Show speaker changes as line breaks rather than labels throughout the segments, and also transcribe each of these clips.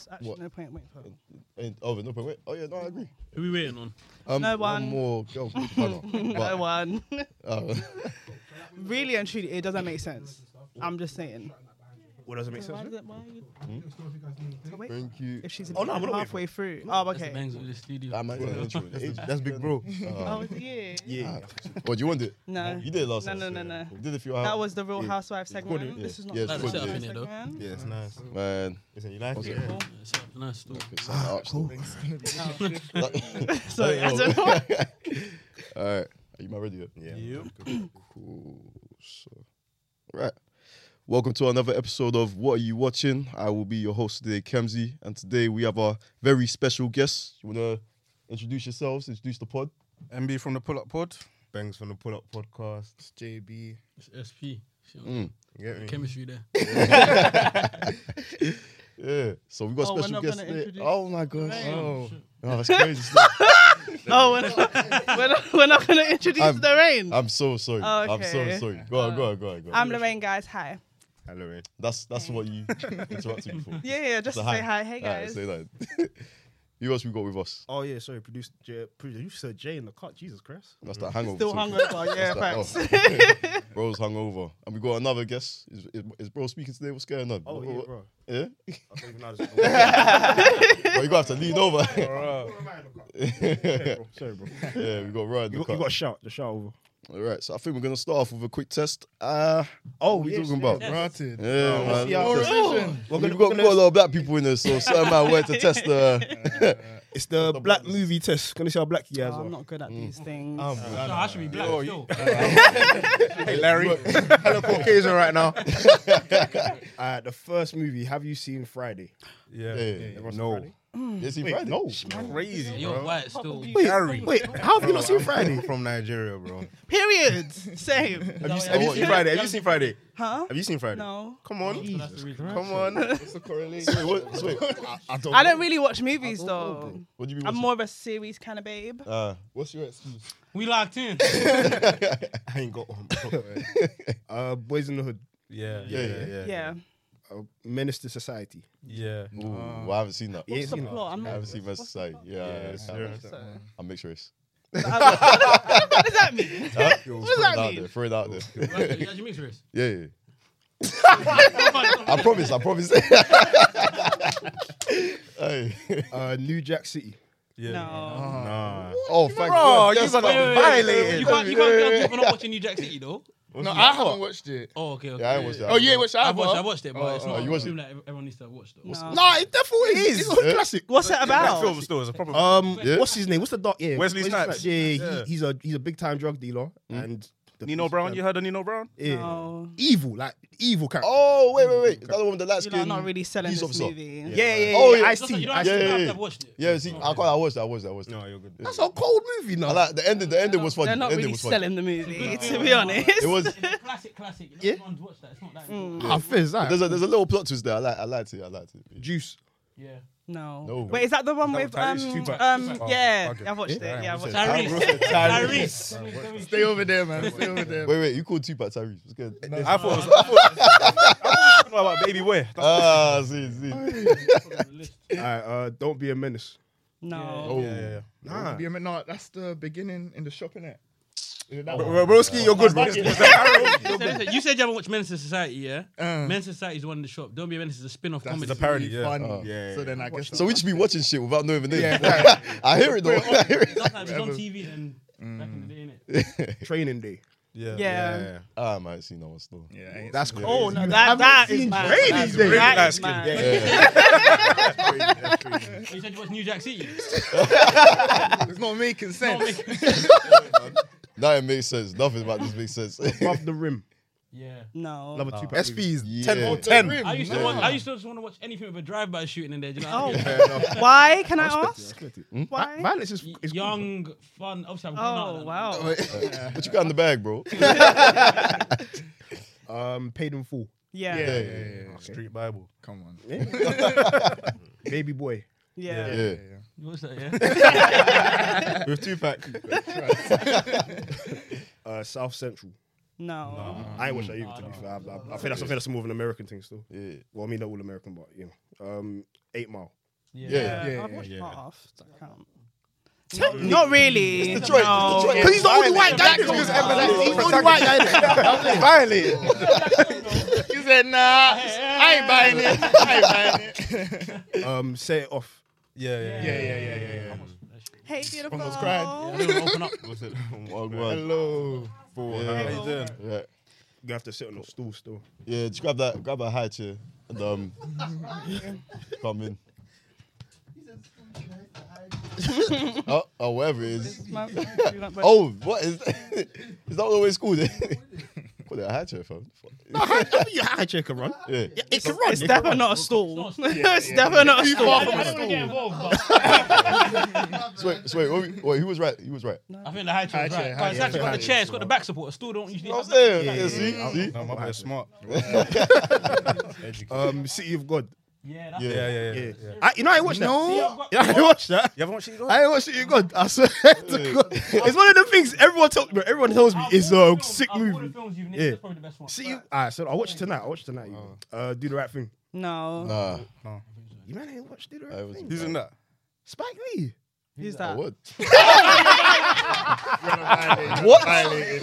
It's actually
What?
no point waiting for.
And, oh, no point. Wait. Oh yeah, no, I agree.
Who we waiting on?
Um,
No one.
more girl. Oh, no.
No
But,
one.
uh,
really and truly, it doesn't make sense. I'm just saying.
What doesn't make sense?
So wait,
thank you.
if she's
Oh, no, I'm not waiting
halfway through. Oh,
That's the
okay.
bangs of the studio.
That might be an intro. Hey, That's big
Oh,
bro. Uh,
is it you?
Yeah.
Oh.
what do you want it?
No.
You did it last
No,
time.
no, no, no.
You did a few hours.
That was the Real
Yeah.
Housewives
It's
segment.
good, yeah.
This is not
Yeah,
the
it's
Real
good,
Housewives
yeah.
segment.
Yeah, it's nice.
man.
Listen, you like
Okay.
it?
Yeah.
It's a nice talk.
Ah,
Oh. Sorry, I don't know.
All right. Are you my ready yet?
Yeah.
Cool. So, all right. Welcome to another episode of What Are You Watching? I will be your host today, Kemsy, and today we have our very special guest. You wanna introduce yourselves? Introduce the pod.
MB from the Pull Up Pod.
Bangs from the Pull Up Podcast. It's JB.
It's SP. Shit,
Mm.
You get me?
Chemistry there.
Yeah. So we got
Oh, we're
special
not
guest
gonna
today.
introduce-
Oh my gosh.
Damn.
Oh, No, that's crazy. stuff.
No, Oh, we're not, we're not, we're not going to introduce
I'm-
Lorraine. I'm,
I'm so sorry. I'm so
Okay.
sorry. Go on, go on, go on, go on.
Lorraine, guys. Hi.
Hello, Ray.
that's that's what you interrupted me for.
Yeah, yeah, just
So
to say hi. Hey,
Alright,
guys.
say that. Who else we got with us?
Oh yeah, sorry. Produced J, producer Jay in the cut. Jesus Christ.
That's that hangover.
Still
talking.
hungover. Yeah,
That's
facts.
that- oh. Bro's hungover, and we got another guest. Is, is, is bro speaking today? What's going on?
Oh
What-
yeah,
what-
bro.
Yeah,
I don't even know how
Bro, you gonna have to lean over.
to. Sorry, bro.
yeah, we got Ryan.
You got, you got a shout. The shout over.
All right, so I think we're gonna start off with a quick test. Uh, oh, what are we
yes,
talking about?
yes.
Rotted.
Yeah, man.
see how-
We've got- We've
We're gonna-
got,
we're
we've
gonna-
got a lot of black people in there, so certain man where to test the.
It's the black movie test. Gonna see how black you guys
Oh,
are.
I'm not good at these things.
No, I should be black.
Oh,
still.
Hey, Larry. Hello, Caucasian right now.
Uh, the first movie. Have you seen Friday?
Yeah.
Hey,
Everyone's
no.
Friday?
Yes, he
Wait,
Friday.
no.
Crazy,
You're
bro.
white still.
Wait,
Larry.
wait. How have you not seen Friday?
I'm from Nigeria, bro.
Period. Same.
Have you,
yeah.
have you
Oh,
seen
yeah.
Friday? Have you seen Friday?
Huh?
Have you seen Friday?
No.
Come on.
That's the reason.
Come on.
Wait, what, so wait,
I don't really watch movies, though.
what do you mean?
I'm
what's-
more of a series kind of babe.
Uh, what's your excuse?
We locked in.
I ain't got one.
Uh, Boys in the Hood.
Yeah.
Yeah, yeah, yeah.
Yeah.
Uh, Menace to Society.
Yeah.
Ooh, well, I haven't seen that.
Yeah,
What's the
you know,
plot? I'm
I
not.
haven't seen Manchester Society. Yeah, yeah,
it's
yeah,
zero.
I'll make sure it's.
What does that mean? does
What
that
out
mean?
There, throw it out there.
How'd you mix race?
Yeah, yeah. I promise. I promise. Hey.
Uh, New Jack City.
Yeah.
No.
Nah.
Oh, thank
Bro,
God. Yes,
you got
man.
violated.
You can't, you can't be giving up watching New Jack City though.
No,
I haven't watched it.
Oh, okay, okay.
Yeah, I watched that.
Oh yeah, which I
I
have.
watched, I
No,
watched it, but it's
oh,
not.
you watched it?
something that everyone needs to watch though.
No.
it definitely is.
It's a hood classic.
What's it
That
about?
film still is a problem.
Um,
Yeah.
what's his name? What's the dot? Yeah,
Wesley Snipes.
Yeah, he-
Yeah.
he's a he's a big time drug dealer and the
Oh, Nino
police-
Brown. You heard of Nino Brown?
yeah,
No.
evil like evil character.
Oh, wait, wait, wait. Is that the one with the light
You
skin?
know, I'm not really selling
police
this
officer.
movie.
yeah, yeah.
Oh,
Oh
yeah.
yeah, I
That's not-
see.
you don't
I
have to-
Yeah,
you
yeah,
don't have
yeah.
to watched it.
Yeah, see, I, quite, I watched that. I watched that. I watched that.
No, you're good.
That's a cold movie
I
now.
like the ending. The ending was funny.
They're not
the ending
really
was funny.
selling the movie, to be honest.
It was.
Classic, classic.
Yeah.
Everyone's watched that. It's not that.
Mm.
good.
Ah, Fizz, that.
There's a, there's a little plot twist there. I like I liked it. I liked it.
juice.
Yeah.
No.
No.
Wait, is that the one
that
with
what that is?
um
Tupac.
um
Tupac.
yeah?
Okay.
I've watched it. Yeah, I've watched it.
Tyrese. Tyrese.
Stay over there, man. Stay over there.
Wait, wait. You called Tupac Tyrese. What's good?
I thought. It was, I thought. I thought it was about baby boy. That's-
Ah, see, see.
Alright, uh, don't be a menace.
No.
Oh,
Nah.
Be a minute. No, that's the beginning in the shop, innit? Is it that one?
Bro- Broski, you're good, bro.
Listen, listen, you said you haven't watched Men's Society, yeah?
Uh.
Men's Society is one in the shop. Don't be a menace is a spin-off
That's
comedy.
the parody, yeah.
Funny.
Oh.
Yeah,
So
yeah.
then I guess.
So we just be watching shit without knowing the name.
Yeah, right.
I hear it though. I hear it.
Sometimes it's on TV and back in the day, innit?
Training day.
Yeah.
Yeah.
Ah, I might see that one still.
Yeah, ain't-
That's cool.
Oh no, that that is mad. That's
Brady's Day.
mad.
That's good.
mad.
that's crazy.
You said you watched New Jack City.
It's not making sense.
Now it makes sense. Nothing about this makes sense.
Above the rim.
Yeah.
No.
Another two
SP's
Yeah.
10 for 10.
I used, to
Yeah.
want, I used to just want to watch anything with a drive-by shooting in there. Do you know what I mean?
Oh, Why can I ask? Why?
Violence is is cool.
Young, fun. Obviously, I'm grown out
Oh
now.
wow.
What you got in the bag, bro?
Um, paid in full.
Yeah.
Yeah, yeah, yeah.
Street Bible.
Come on.
Baby boy.
Yeah.
Yeah.
You watched that, yeah?
With Tupac.
Uh, South Central.
No.
I ain't watched that either, to be fair. I, I, I think that's, I think that's more of an American thing still.
Yeah.
Well, I mean, not all American, but you know. Um, Eight Mile.
Yeah.
yeah,
I've
yeah,
watched
yeah.
part of. so I can't. Not really.
Detroit,
No.
Detroit.
He's the only white guy in this episode. He's the only white guy in this Violated.
You said, nah, I ain't buying it. I ain't buying it.
Um, Set It Off.
Yeah, yeah, yeah, yeah, yeah, yeah, yeah.
Hey, beautiful.
cried.
I didn't open up.
What's it? Wagwan.
Hello. Boy,
Yeah.
how you doing?
Yeah.
You have to sit on a stool still.
Yeah, just grab that, grab a high chair, and um, come in. oh, oh, whatever it is.
My- oh.
Oh, what is? that? is that always called? Call it a high chair, fam.
Your high chair can run.
Yeah.
It can run.
It's definitely not a stall. It's definitely not a
I
stall.
don't want to get involved, but
So wait, so wait, wait, wait, who was right? Who was right? You
I think the high chair is
High
right.
chair,
But It's
high
actually
chair.
got the chair, it's got the back support. A stool don't usually
know what
have
I'm
that.
saying? Yeah, see, see.
No, Oh, my boy's smart. Educated.
Um, City of God.
Yeah, that's
Yeah,
it.
Yeah, yeah, yeah.
Yeah.
yeah.
I, you know, I ain't watched that.
No.
You know, I ain't watched that.
You haven't watched it?
I ain't watched it. God, I swear to God. It's one of the things everyone tells me. Everyone tells me it's a sick movie. Yeah.
Yeah. probably the best one.
See, I said I watched it tonight. I watched it tonight.
Oh.
you Uh, do the right thing.
No.
Nah,
You man ain't watched do the
I
right
was.
thing.
Who's in that?
Spike Lee.
Who's
I
that?
would.
What?
Wait,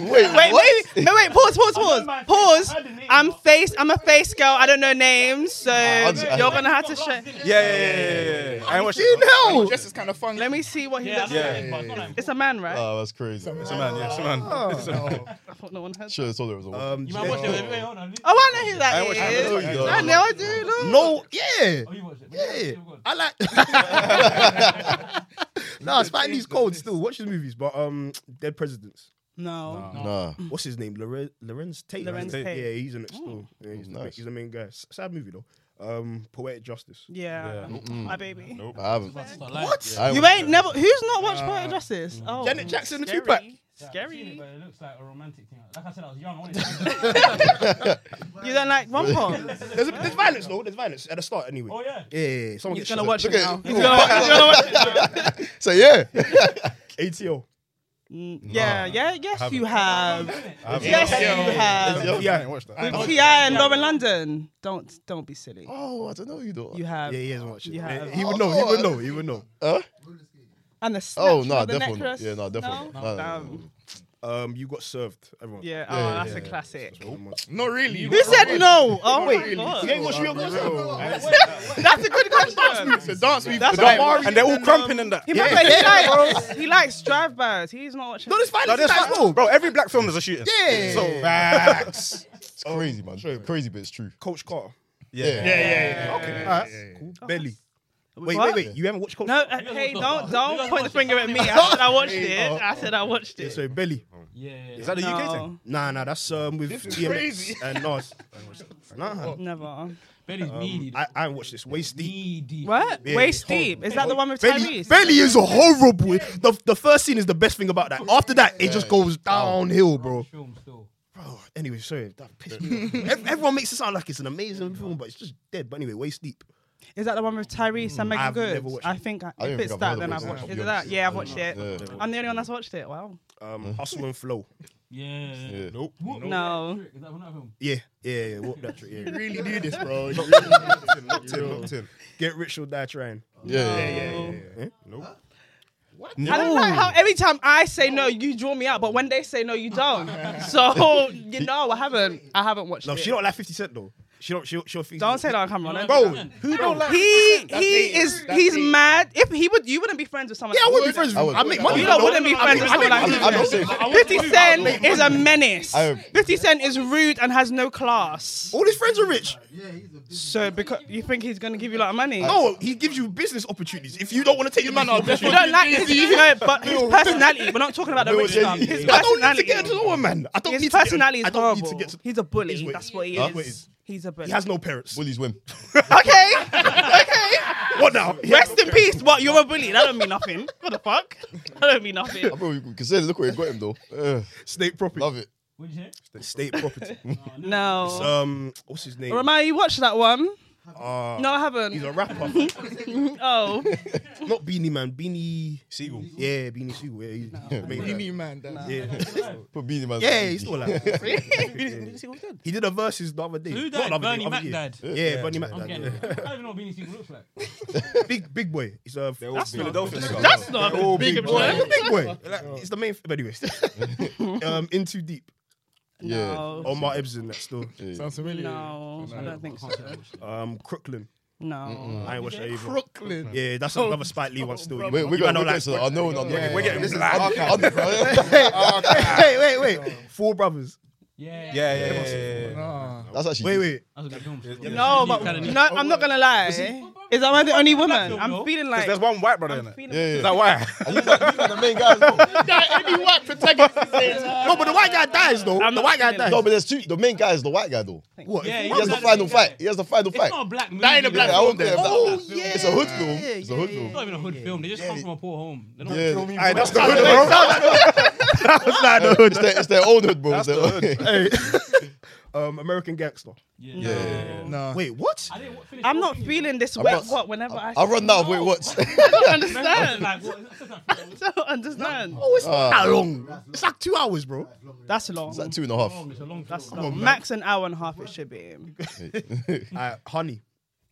Wait,
what?
wait, wait, wait, pause, pause,
don't
pause,
mind
pause.
face. I didn't
I'm
either.
face, I'm a face girl. I don't know names, so
just- I-
you're gonna have to share.
Yeah, yeah, yeah, yeah, yeah. I ain't watched it.
No.
Just is kind of funny.
Let me see what he
Yeah,
looks
I know
like.
that is, but it's not that
It's a man, right?
Oh, that's crazy.
It's a man, yeah, it's a
Oh.
man. It's a man.
I thought no one heard.
Should have told her it was a woman.
Um,
You might watch it. Wait, wait, hold on.
Oh, I know who
I
that
watched-
I know you
is.
don't.
I know, I do. Look.
no. Yeah.
Oh, you watched it.
Yeah.
Oh, God.
I like. nah, Spike Lee's cold still. Watch his movies, but um, Dead Presidents.
No.
nah.
What's his name? Lorenz, Lorenz Tate.
Lorenz Tate.
Yeah, he's in it still. Yeah, he's, the,
Nice.
he's the main guy. S- Sad movie though. Um, Poetic Justice.
Yeah. My baby.
I haven't.
It's not like-
I haven't.
You ain't never. Who's not watched Poetic Justice? Oh,
Janet Jackson, the
scary.
two-pack.
Yeah, I've seen it,
Scary.
but it looks like a romantic thing. Like I said, I was young. I wanted to
You don't like rom coms?
There's, a, there's violence though. There's violence at the start anyway.
Oh yeah.
Yeah, yeah, yeah. someone
He's
gets
gonna
shot.
watch it
Look
now.
at
He's gonna watch it.
So yeah.
ATO.
Mm, Yeah, yeah, yes, you have.
I haven't.
Yes,
Yeah.
you have.
Yeah,
Yeah, I ain't watched that.
With T.I. and Lauren London. Don't don't be silly.
Oh, I don't know you though.
You have.
Yeah, he hasn't watched it.
You have-
Yeah, He would know. He would know. He would know.
Huh?
And the snatch
Oh no,
with the
definitely.
necklace.
Yeah, no, definitely.
No?
No, no, no, no.
Damn.
Um, you got served. Everyone.
Yeah, oh,
yeah,
that's a classic.
Not really.
Who said no? Oh my
You ain't
god.
watched Real Girls?
That's a good question.
It's a dance move.
That's
The
right.
Mari
And they're all
um,
cramping in that.
He remember he likes he likes drive bys. He's not watching.
No, there's
No,
violence.
there's
in that
fact-
as well.
Bro, every black film is a shooting.
Yeah.
So,
Facts.
It's crazy, man. Crazy, but it's true.
Coach Carter.
yeah.
Yeah, yeah, yeah.
Okay. Alright. Cool. Belly. Wait,
What?
wait, wait. You haven't watched Coach?
No, uh, hey, don't
watched it. You
don't point
guys
the
watched it.
finger at me. I said I watched it. I said I watched
Yeah,
it.
so Belly.
Yeah.
Is that the UK thing?
No,
Nah, nah. That's um with DMX
crazy.
and Nas. nah.
never.
Betty's needy.
I, I ain't watched this. Waist deep.
Needy.
What?
Yeah,
Waist
hold-
deep. Is that the one with
Belly,
Tyrese?
Belly is a horrible. The, the first scene is the best thing about that. After that, it just goes downhill, bro.
Film still.
Bro, anyway, sorry, that pissed me off. Ev- Everyone makes it sound like it's an amazing film, but it's just dead. But anyway, waist deep.
Is that the one with Tyrese and Megan
I've never
Good?
watched
I think I,
I don't
if
think
it's
I've heard
that,
of
then
it,
I've
to
watched it.
be
Is it that?
honest.
Yeah, I've watched it.
Yeah.
I'm the only one that's watched it. Wow.
Um, Hustle and Flow.
Yeah.
Yeah.
Nope.
What?
No.
Is that from that film?
Yeah, yeah, yeah. Walk that trick. Yeah.
Really do this, bro.
Locked in, locked in.
Get rich or die trying. Eh?
Yeah, yeah,
I don't like how every time I say no, you draw me out, but when they say no, you don't. so you know, I haven't. I haven't watched
No,
it.
she don't like 50 Cent though. She don't. She she think.
Don't say that on camera.
Bro,
Bro,
Who don't like?
he he
it.
is
That's
he's
it.
mad. If he would, you wouldn't be friends with someone.
Yeah, I would be
like
friends
I
with.
would.
I make money.
You
though.
lot wouldn't be
I
friends
make-
with
I make
someone like
money.
him.
I'm not saying.
Fifty Cent is a menace.
I-
Fifty Cent is rude and has no class.
All his friends are rich.
So because you think he's gonna give you a lot of money?
No, he gives you business opportunities. If you don't want to take your man out,
You don't like his, no, but his personality. We're not talking about the rich stuff. His
I don't need to
personality.
get a lower man. I don't
His
need to get-
personality
I
is
don't
horrible.
Need to get to,
He's a
He's
bully.
what-
That's what he
Huh?
is. He's a bully.
he has no parents.
Bullies win.
Okay. Okay.
What now? He has
Rest in peace. What? You're a bully. That don't mean nothing. What the fuck? That don't mean nothing.
I bro, you can say, look where he got him though. Ugh,
State property.
love it.
What'd you say?
State property.
No.
um, what's his name?
Ramai, you watched that one?
Uh,
No, I haven't.
He's a rapper.
oh,
Not Beanie Man, Beanie.
Seagull.
Yeah, Beanie Siegel. Yeah, he's the main guy.
Beanie man. That.
Yeah.
Put Beanie Man's
Yeah,
on
he's
Beanie.
still alive. He did a versus the other day.
Who
Not
died?
the other
Bernie
other
Mac
year.
died.
Yeah, Bernie Mac died.
Okay.
yeah.
I don't even know what Beanie Siegel looks like.
Big big boy. He's a
They're all Philadelphia. niggas.
that's not
Oh,
big.
big
boy.
He's a big boy. Like, It's the main. But anyways, um, in too deep.
Yeah.
No,
Omar Epps in that still.
Sounds familiar.
no, I don't think so.
Um, Crooklyn.
No,
I ain't watched that either.
Brooklyn.
Yeah, that's another Spike Lee one still. You-
Wait, we're
you might
going
not
to
like
get to that. I know we're not.
Yeah.
We're getting this is un-
Hey, wait, wait. Four brothers.
Yeah.
Yeah, yeah, yeah, yeah, yeah.
Nah.
That's actually.
Wait, wait.
no, but no, I'm not gonna lie. Is that my the only woman? I'm feeling like.
There's one white brother in it.
feeling-
Yeah, yeah.
Is that why?
the main guy. as well.
Yeah, any white protagonist is saying,
No, but the white guy dies though.
I'm
the
not
white guy
feeling
dies.
No, but there's two. The main guy is the white guy though.
what?
Yeah,
He has the
not
final
big
fight.
guy.
He has the final
It's
fight.
not a black movie.
That ain't a black
Yeah, I
though.
film.
won't care about
Oh,
that.
yeah,
It's a hood film. It's a hood
It's not
film.
even a hood film. They just come from a poor home. They're not
Yeah.
Aye, that's the hood, bro. That's not the hood.
It's their, it's their old hood, bro. It's their old
Hey. um, American Gangster.
Yeah, yeah, yeah.
Nah.
Wait, what?
I didn't wa- finish
I'm
watching
not
it.
feeling this
I'm
wet
not-
hot whenever I.
I run out of wait, what's
I don't
It's
understand. I
like, what- it's just like-
don't understand.
Oh, it's
Uh,
not that long. It's like two hours, bro.
That's long.
that two and a half?
It's a long
That's
film.
long. Max an hour and a half. It should be.
Uh, honey.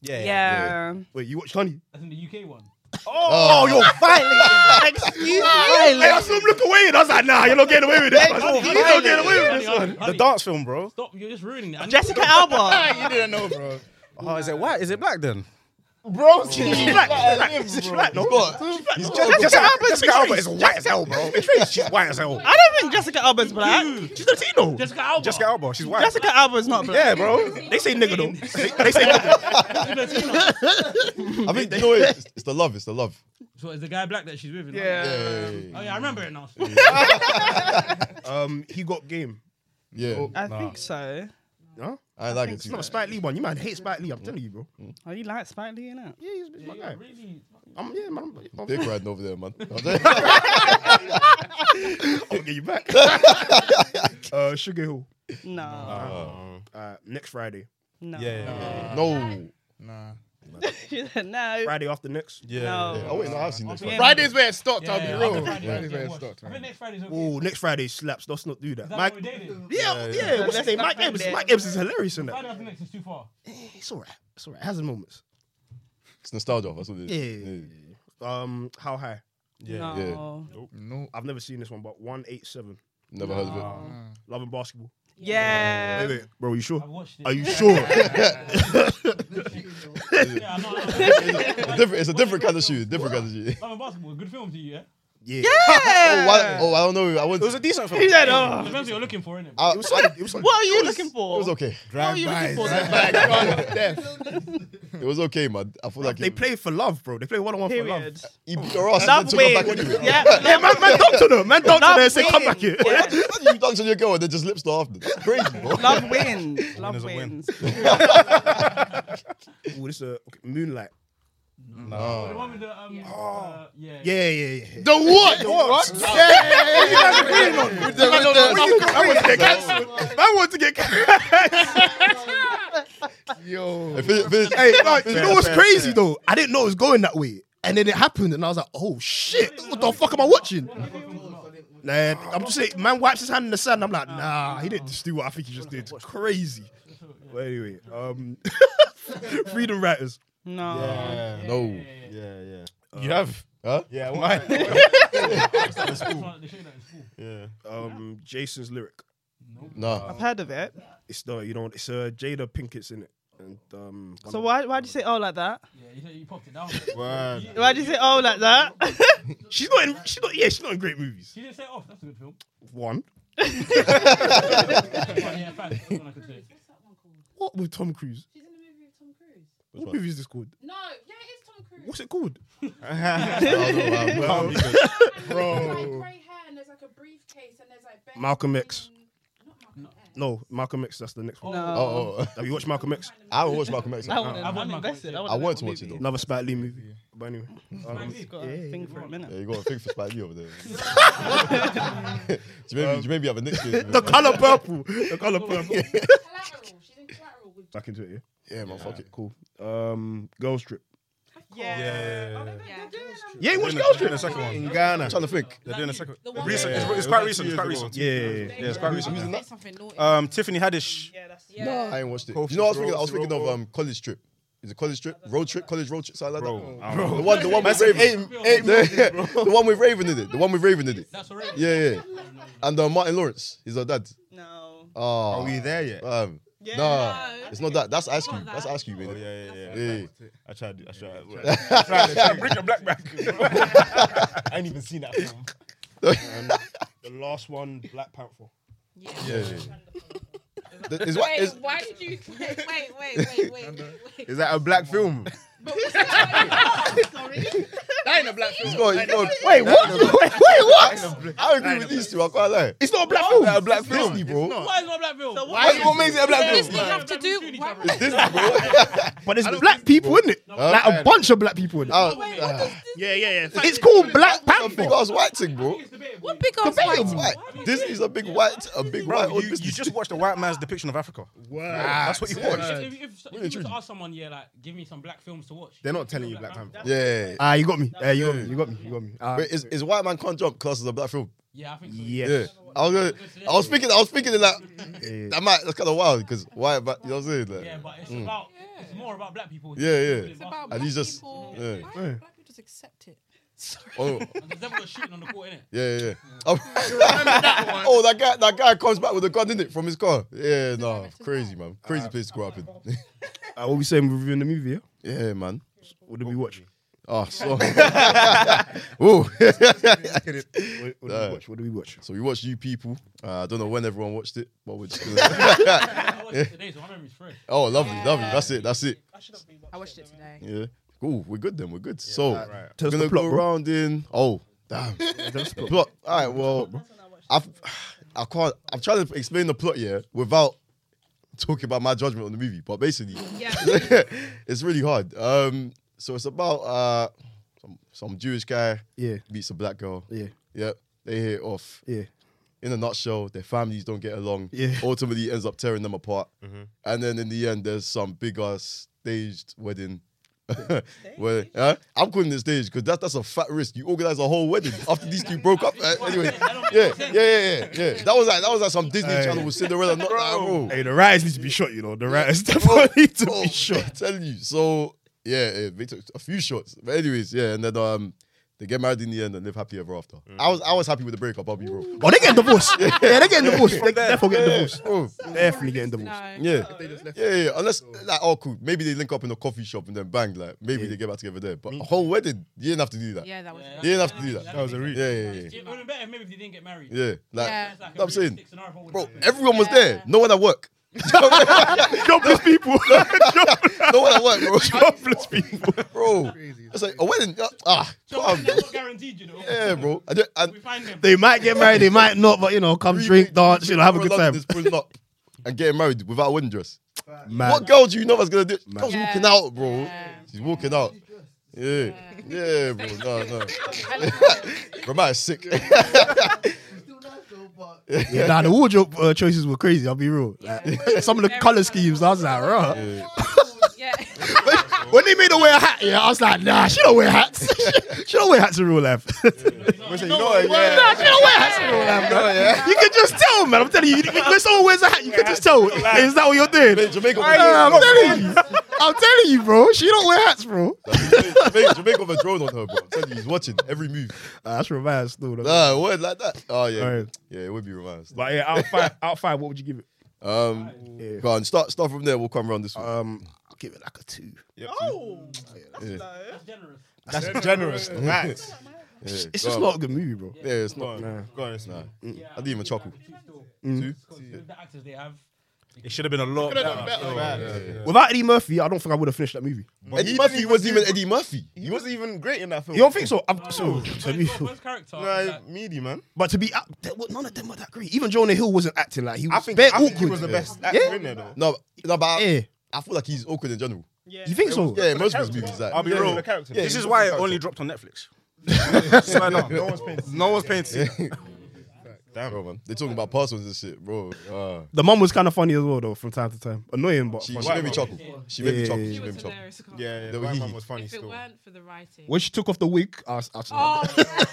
Yeah.
Wait, you watched Honey?
That's in the UK one.
Oh, you're violent.
Excuse
Hey, I
me.
saw him look away and I was like, nah, you're not getting away with this. You're not getting away with this one.
The dance film, bro.
Stop, you're just ruining it. I need-
Jessica Alba.
You didn't know, bro.
Oh, is it white? Is it black then?
Bro,
She's black, she's black, she's black, no?
He's
Jessica Alba Jessica Alba is white as hell, bro. She's white as hell.
I don't think Jessica Alba's black.
She's Latino.
Jessica Alba.
Jessica Alba, she's white.
Jessica Alba's not black.
Yeah, bro. They say nigga though. They say nigga.
I think you know what it is? it's the love. It's the love.
So is the guy black that she's with? isn't it?
Um,
Yeah,
Oh yeah, I remember it now.
Um, he got game.
yeah.
I think so.
Huh?
I ain't like it
It's
too.
not a Spike Lee one. You man hate Spike Lee. I'm telling you, bro.
Are you like Spike Lee in it?
Yeah, he's he's my guy. I'm yeah, man. I'm, I'm,
Dick riding over there, man.
I'll get you back. uh, Sugar Hill.
No.
Uh, next Friday.
no.
no.
Nah.
She said no.
Friday after next.
Yeah. Oh wait, no, I've seen this.
Yeah.
one.
Friday's where it stopped, I'll be
Yeah,
real.
Friday,
Friday's
yeah,
where it
watch.
stopped,
I think
man.
next Friday.
Oh, next Friday slaps. Let's not do that.
That
Mike.
what we did it?
Yeah, yeah.
Yeah,
What's his
let's
name?
not
Mike
do
Ebbs.
that.
Mike Ebbs is hilarious in that.
Friday after next is too far.
It's alright. It's alright. It has its moments.
It's nostalgia. That's what it is.
Yeah. Um, how high?
No.
No.
I've never seen this one, but one eight seven.
Never heard of it.
Loving basketball.
Yeah.
Wait, wait, bro. Are you
I
sure?
watched it.
Are you sure?
Yeah, I know. I know.
It's a different. It's a different kind of shoe. Different kind of shoe.
Love and basketball, good film to you, yeah?
yeah.
Oh, why, oh, I don't know. I went.
It was a decent film.
He said, oh.
Depends what you're looking for, innit?
I-
It was solid. It was solid.
What are you looking for?
it was okay.
What are you looking for?
It was okay, man. I feel like
They
it,
play for love, bro. They play one on one for love.
Period.
he beat your ass and
Love
then took her back
wins.
anyway.
Yeah.
Yeah, man, man, dunked on her. Man, dunked on her and said, "Come back here."
How do you dunk on your girl and then just lip star after? That's crazy, bro.
Love wins. Love
is a win.
wins.
Oh, this uh, okay, moonlight.
The
No.
one with the, um, uh, yeah.
Yeah, yeah, yeah.
The what? The what? Yeah, yeah, yeah, yeah. With the, with the,
I want to get cancelled. I want to get cancelled.
yo.
Hey, finish- finish-
Hey, like, you know what's
fair,
crazy though? I didn't know it was going that way, and then it happened, and I was like, "Oh shit! What the fuck am I watching?" Nah, I'm just saying, man wipes his hand in the sand. I'm like, nah, he didn't just do what I think he just did. Crazy. But anyway, um, freedom writers.
No.
No.
Yeah, yeah.
You have? Huh?
Yeah, why?
That's one- They show you that in school.
Um, Jason's lyric.
Nah.
I've heard of it.
It's the you know it's uh, Jada Pinkett's in it, and um.
So why why do you say oh like that?
Yeah, you, you popped it down.
Word.
You-
Why do you say oh like that?
She's not in. She's not. Yeah, she's not in great movies.
She didn't say off. That's a good film.
One.
Yeah, yeah, facts. That's one I could say.
What with Tom Cruise?
She's in the movie with Tom Cruise.
What movie is this called?
No, yeah, it is Tom Cruise.
What's it called?
I don't know, man.
Bro. Like grey hair and there's like a briefcase and there's like bed-
Malcolm X.
Not Malcolm X.
No, Malcolm X. That's the next one.
No.
Oh, oh.
Have you watched Malcolm X?
I haven't watched Malcolm X.
I wouldn't.
I
I'm
wouldn't
invested.
watch
I want to watch it, though.
Another Spike Lee movie. But anyway,
Oh,
um,
I've got a thing for a
Yeah,
minute.
you got a thing for Spike Lee over there. so maybe, you maybe have a next game.
the color purple. The color purple.
Collateral. She's in Collateral with
Back into it. Yeah.
Yeah, man, fuck it.
Cool. Um, girls trip.
Yeah.
Yeah.
Oh, they- they- they're doing them.
Yeah, you watched
They're
girls
doing
trip
the second one.
in Ghana.
I'm trying to think.
They're doing a second.
The one
Recent.
that-
It's,
Yeah.
it's quite recent. It's quite recent.
Yeah, yeah, yeah.
Yeah, it's quite
Who's-
recent.
who's did something naughty.
Um, Tiffany Haddish.
Yeah, that's
yeah.
I ain't watched it.
Coffee
you know, I was
Road,
thinking, I was thinking of
Road.
um, college trip. Is it college trip? Road trip? College road trip? Something like
Bro,
that.
I don't know.
The one, the one with Raven. the, the one with Raven in it. The one with Raven in it.
That's alright.
Yeah, yeah. And uh, Martin Lawrence, he's her dad.
no.
Oh,
Are we there yet?
um,
Yeah.
Nah, it's not that. That's Ice
It's
Cube.
not
That's
that.
Ice Cube,
Oh,
innit?
yeah, yeah, yeah.
Yeah.
I tried. I tried. I tried. I tried. Bring your black back. I ain't even seen that film.
The last one, Black Panther.
Yeah.
yeah, Th- Is what
Wait,
is
why did you? Wait, wait, wait, wait, wait. wait.
Is that a black film?
But what's the- Sorry.
That ain't a black film.
it's got, it's got,
Wait, what? wait, what?
I agree with these two. I can't lie.
It's not a black film.
Is that a black film?
Disney, bro.
Why is my black film?
So
What, what makes it a black
Disney
film?
have to do. Why,
Disney, bro.
But it's black people in it. Like a bunch of black people in it.
Oh,
wait, what, does this,
Yeah, yeah, yeah.
It's called Black
a big
Panther.
ass white thing, bro.
what big ass
It's
white?
white. Disney's a big white, a big white.
Bro,
on
you,
Disney.
you just watched a white man's depiction of Africa.
Ah.
That's what you watched.
If, if, if, if you were to ask someone, yeah, like, give me some black films to watch.
They're not telling you black
Panther.
Panther.
yeah.
Ah, you got me. Eh, you got me. You got me. You got me. Ah,
Wait, is, is White Man Can't Jump classed as a black film?
Yeah, I think so.
Yeah. Oh.
yes.
I was gonna, I was thinking, I was thinking in that.
Yeah.
That might that's kind of wild because white, but you know what I'm saying? Like,
Yeah, but it's about, it's more about black people.
Mm. Yeah, yeah.
It's
About
about
And
black
he's just-
people.
yeah.
Why don't black people just accept it? Sorry.
Oh,
There's never got shooting on the court, innit?
yeah, yeah. Oh, oh, that guy, that guy comes back with a gun in it from his car. Yeah, no, crazy man, crazy place to grow up in.
Ah, what we saying? We're reviewing the movie. Yeah?
yeah, man.
What did we watch?
Oh, so. Ooh.
What, what did
Nah.
we watch? What did we watch?
so we watched You People. Uh, I don't know when everyone watched it, but we're just gonna.
I watched it today, so my memory's fresh.
oh, lovely, lovely. That's it. That's it.
I should have been
I watched it today.
Yeah. Cool. We're good then. We're good. so
Tell
we're
us
gonna
the plot,
go
bro.
around in. Oh, damn. The plot. All right. Well, I've, I can't. I'm trying to explain the plot here without talking about my judgment on the movie. But basically,
Yeah.
it's really hard. Um, so it's about uh, some, some Jewish guy
Yeah.
meets a black girl.
Yeah.
Yep. They hit it off.
Yeah.
In a nutshell, their families don't get along.
Yeah. Mm-hmm.
Ultimately, he ends up tearing them apart. And then in the end, there's some big ass staged wedding. Where, huh? I'm calling it staged because that, that's a fat risk. You organize a whole wedding after these two broke up. Uh, anyway, yeah, yeah, yeah, yeah, yeah. That was like that was like some Disney Channel with Cinderella. Not that role.
Hey, the writers need to be shot, you know. The writers definitely need to
Oh,
be shot.
I'm telling you. So yeah, yeah, they took a few shots. But anyways, yeah, and then um, they get married in the end and live happy ever after.
Mm.
I was I was happy with the breakup. I'll be real.
Oh, they getting divorced. yeah, they getting divorced. They definitely getting divorced.
Oh,
Definitely getting divorced.
No.
yeah. yeah, yeah, yeah. Unless like, oh, cool. Maybe they link up in a coffee shop and then bang, like maybe
Yeah.
they get back together there. But a whole wedding, you didn't have to do that.
Yeah, that was.
You didn't have to do that.
That was a
Yeah, yeah, yeah.
It would have been better maybe if they didn't get married.
Yeah, like
Yeah.
That's like
know
a
what I'm saying,
realistic scenario for
bro.
all of them.
Everyone was there.
Yeah.
No one at work.
Jobless people.
No one at work,
Jobless people.
bro. bro, it's like a wedding. uh, Ah,
So
come
that's not guaranteed, you know.
yeah, bro. And, then- and
We find them.
They might get married, they might not, but you know, come drink, dance, you know, have a
Bro,
good
London
time.
is pulling up and getting married without a wedding dress.
Man.
What girl do you know that's gonna do? Girl's
Yeah.
walking out, bro.
Yeah.
She's walking out. Yeah, yeah, bro. No, no. Ramai is sick.
Yeah, nah, the wardrobe uh, choices were crazy. I'll be real. Like, some of the color schemes, I was like, "Rah."
Yeah.
when they made her wear a hat, yeah, I was like, nah, she don't wear hats. she don't wear hats in real life.
You know what?
nah,
Yeah.
she don't wear hats in real life. bro. You can just tell, man. I'm telling you, you- when someone wears a hat, you can just tell. Is that what you're doing?
Jamaica,
Nah, I'm telling you. I'm telling you, bro. She don't wear hats, bro.
Jamaica, Jamaica with a drone on her, bro. I'm telling you, he's watching every move.
Nah, that's revised still. though.
Nah, word like that. Oh yeah,
Alright.
yeah, it would be Ramai's.
But yeah, out of five, out of five, what would you give it?
Um,
Yeah.
go on, start start from there. We'll come around this one.
Um, I'll give it like a two.
Oh, that's
Yeah.
low.
Generous.
That's generous. Max.
Yeah,
It's
go
just
on.
not a good movie, bro.
Yeah, it's
Go
not.
on.
Nah.
Go on. it's-
Nah.
Yeah,
I didn't even chuckle.
Hmm?
Mm.
Because with the actors they have,
It should have been a lot better.
Without Eddie Murphy, I don't think I would have finished that movie.
Eddie Murphy wasn't even Eddie Murphy.
He wasn't even great in that film.
You don't think so? I've,
Oh,
so to
but
be,
it's not first character. it's
Nah,
like-
meaty man.
but to be, uh, there were- none of them were that great. Even Jonah Hill wasn't acting like he was
I think,
bare
I
awkward.
think he was the best actor
Yeah.
in there though.
No, no, but I,
yeah.
I feel like he's awkward in general.
Yeah.
You think so?
Yeah, most of his movies. Like,
I'll be
yeah,
real.
yeah.
Yeah,
this
he
is
was
why
the
it
character.
only dropped on Netflix. Sign up.
one's paying to see
No one's paying to see. it. Damn.
Bro, man. They're talking about passwords and shit, bro. Uh,
The mum was kind of funny as well, though, from time to time. Annoying, but
she
funny.
she made me chuckle. She made
Yeah,
me chuckle.
yeah,
She
She
made
was
me chuckle.
hilarious. I can't lie.
Yeah,
They
yeah,
were
my
hee
mum
hee.
was funny
If it
still.
weren't for the writing.
when she took off the wig, I was actually.
Oh,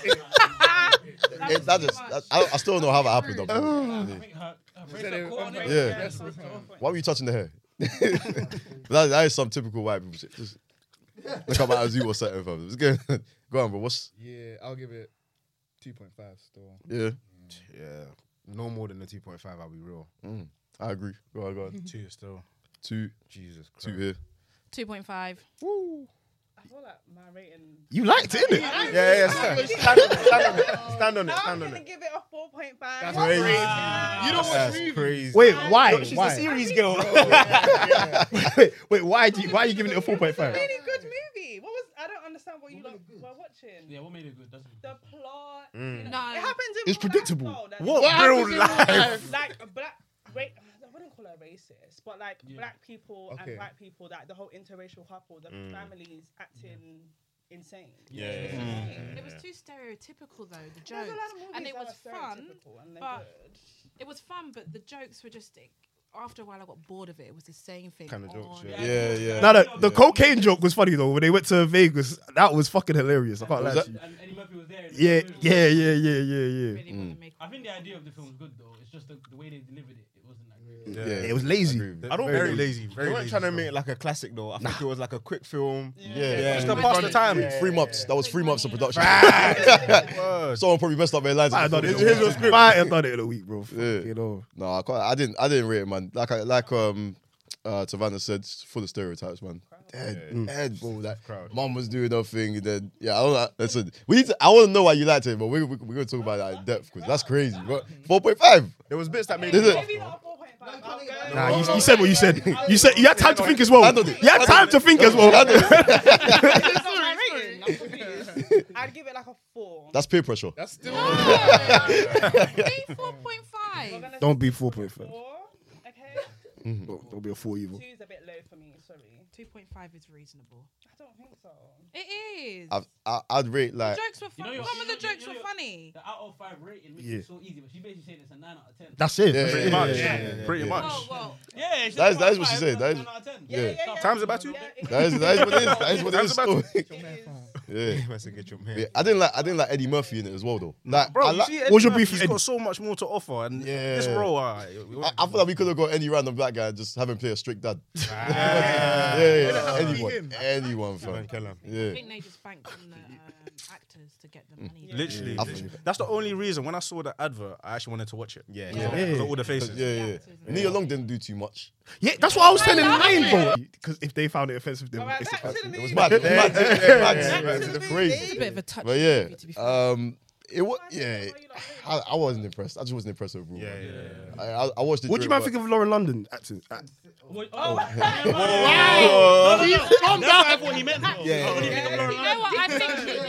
yeah. that
It-
was
that
too
just,
much.
that- I, I still don't know how that happened. though, bro.
I think her- her friends got caught on it.
Yeah. Why were you touching the hair? But that, that is some typical white people shit. Just look at my as you or something, fam. It's good. Go on, bro. What's
Yeah, I'll give it 2.5 still.
yeah?
Yeah. No more than a 2.5, I'll be real.
I agree. Go on, go on.
Two still.
Two,
Jesus Christ.
two here.
2.5.
I feel like my rating.
You liked it, innit?
Yeah, yeah, stand, stand on it, stand on it, stand on it, stand on it.
give it a four point five.
That's crazy.
You don't watch movies. Crazy.
Wait, why?
she's a
Why?
series girl.
Wait, why do you, why are you giving it a four point five?
Really good movie. What was? I don't understand what you like, were watching.
Yeah, what made it good? Doesn't it?
The plot.
Mm.
you know,
No.
It happens in
It's
real life,
predictable.
though, that-
What,
that-
real life?
Like a black. Ra- I wouldn't call it racist, but like
Yeah.
black people
Okay.
and white people, like the whole interracial couple, the
Mm.
families acting insane.
Yeah, yeah,
It's
yeah,
insane.
It was too stereotypical, though, the
There's a lot
jokes.
of movies
And it
that
was
are
fun.
stereotypical and they're
but-
good.
It was fun, but the jokes were just. It, after a while, I got bored of it. It was the same thing.
Kinda jokes,
on
yeah.
and
Yeah, yeah.
Now the, the cocaine joke was funny though. When they went to Vegas, that was fucking hilarious. I can't lie.
Was
To
that-
you.
And Eddie Murphy was there. in the
Yeah,
movie.
yeah, yeah, yeah, yeah, yeah.
Really want to make
I think the idea of the film was good though. It's just the, the way they delivered it. It wasn't that good.
Yeah,
It was lazy.
I don't
Very
very lazy. Very
They
lazy.
weren't trying to
still.
make it like a classic though. I think it was like a quick film.
Yeah,
Yeah.
just
Yeah.
to pass the
Yeah.
time.
Yeah.
Three months. That was three months of production.
Word.
Someone probably messed up their lines.
Might have done it.
Yeah.
in a week. Might have done it in a week, bro. Fuck,
Yeah.
You know.
No, I, can't, I didn't. I didn't rate it, man. Like, I, like um, uh, Tavanna said, it's full of stereotypes, man. Dead,
Yeah, yeah.
dead, bro. That
Crowd.
mom was doing her thing, and then yeah, I don't. know. Listen, we need to. I want to know why you liked it, but we we we're gonna talk about that in depth because that's crazy. But four point five.
There was bits that made
Is
me
it?
laugh.
Maybe not a 4.5. I'll go-
Nah, you, you said what you said. You said you had time to think as well.
Handled it.
You had time to think as well.
That's not my rating. I'm confused. I'd give it like a four.
That's peer pressure.
That's still.
it. Be 4.5.
We're
Don't
gonna
be
say
four point five.
Hmm.
Four. Okay.
Don't don't be a four evil.
Two's a bit low for me. Sorry.
2.5 is reasonable.
I don't think so.
It is.
I've, I, I'd rate like
jokes were
You know
funny.
your-
Some of the
you know
jokes
your-
were funny.
The out of five rating makes
Yeah.
it so easy, but she basically said it's a nine out of ten.
That's it.
Yeah,
Pretty
yeah,
much.
yeah, yeah, yeah,
Pretty
yeah.
much.
Whoa, whoa.
Yeah,
That is- that is what she said. That is-
out of ten.
Yeah. Yeah, yeah,
yeah.
Times about two?
Yeah, it
that is that is what it is. That is what it
Times
is.
about
though.
is- it is.
yeah.
I said, get your man.
yeah, I didn't like I didn't like Eddie Murphy in it as well though. Like,
Bro,
I,
you
like,
see, Eddie
What's your
Murphy's
beef with
got so much more to offer, and
Yeah.
this role, uh,
I, I feel like we could have got any random black guy and just have him play a strict dad.
Ah.
yeah, yeah,
Ah.
anyone, anyone, fam.
I
Yeah.
think they just banked on the um, actors to get the money.
Yeah.
Literally,
I
literally.
feel
that's the only reason when I saw the advert, I actually wanted to watch it.
Yeah.
because
Yeah.
of all the faces.
Yeah, yeah.
actors and
Nia Long didn't do too much.
Yeah, that's what I was telling
love
mine, bro. Because if they found it offensive, they
All
would.
right,
it's
back to the
offensive.
movie.
It was mad. It was mad. It was mad. It was mad. It was
It's
crazy.
a bit of a touch.
But yeah,
to be fair.
um, it was yeah. I, I wasn't impressed. I just wasn't impressed overall.
Yeah,
man.
yeah, yeah,
I, I, I watched. it
What do
during
you man
work.
think of Lauren London acting? Uh, Act-
What- Oh,
Whoa.
No, no,
Oh.
no. That's what I thought he meant. though.
Yeah.
What do you think of Lauren
You know
London?
what? I think she did.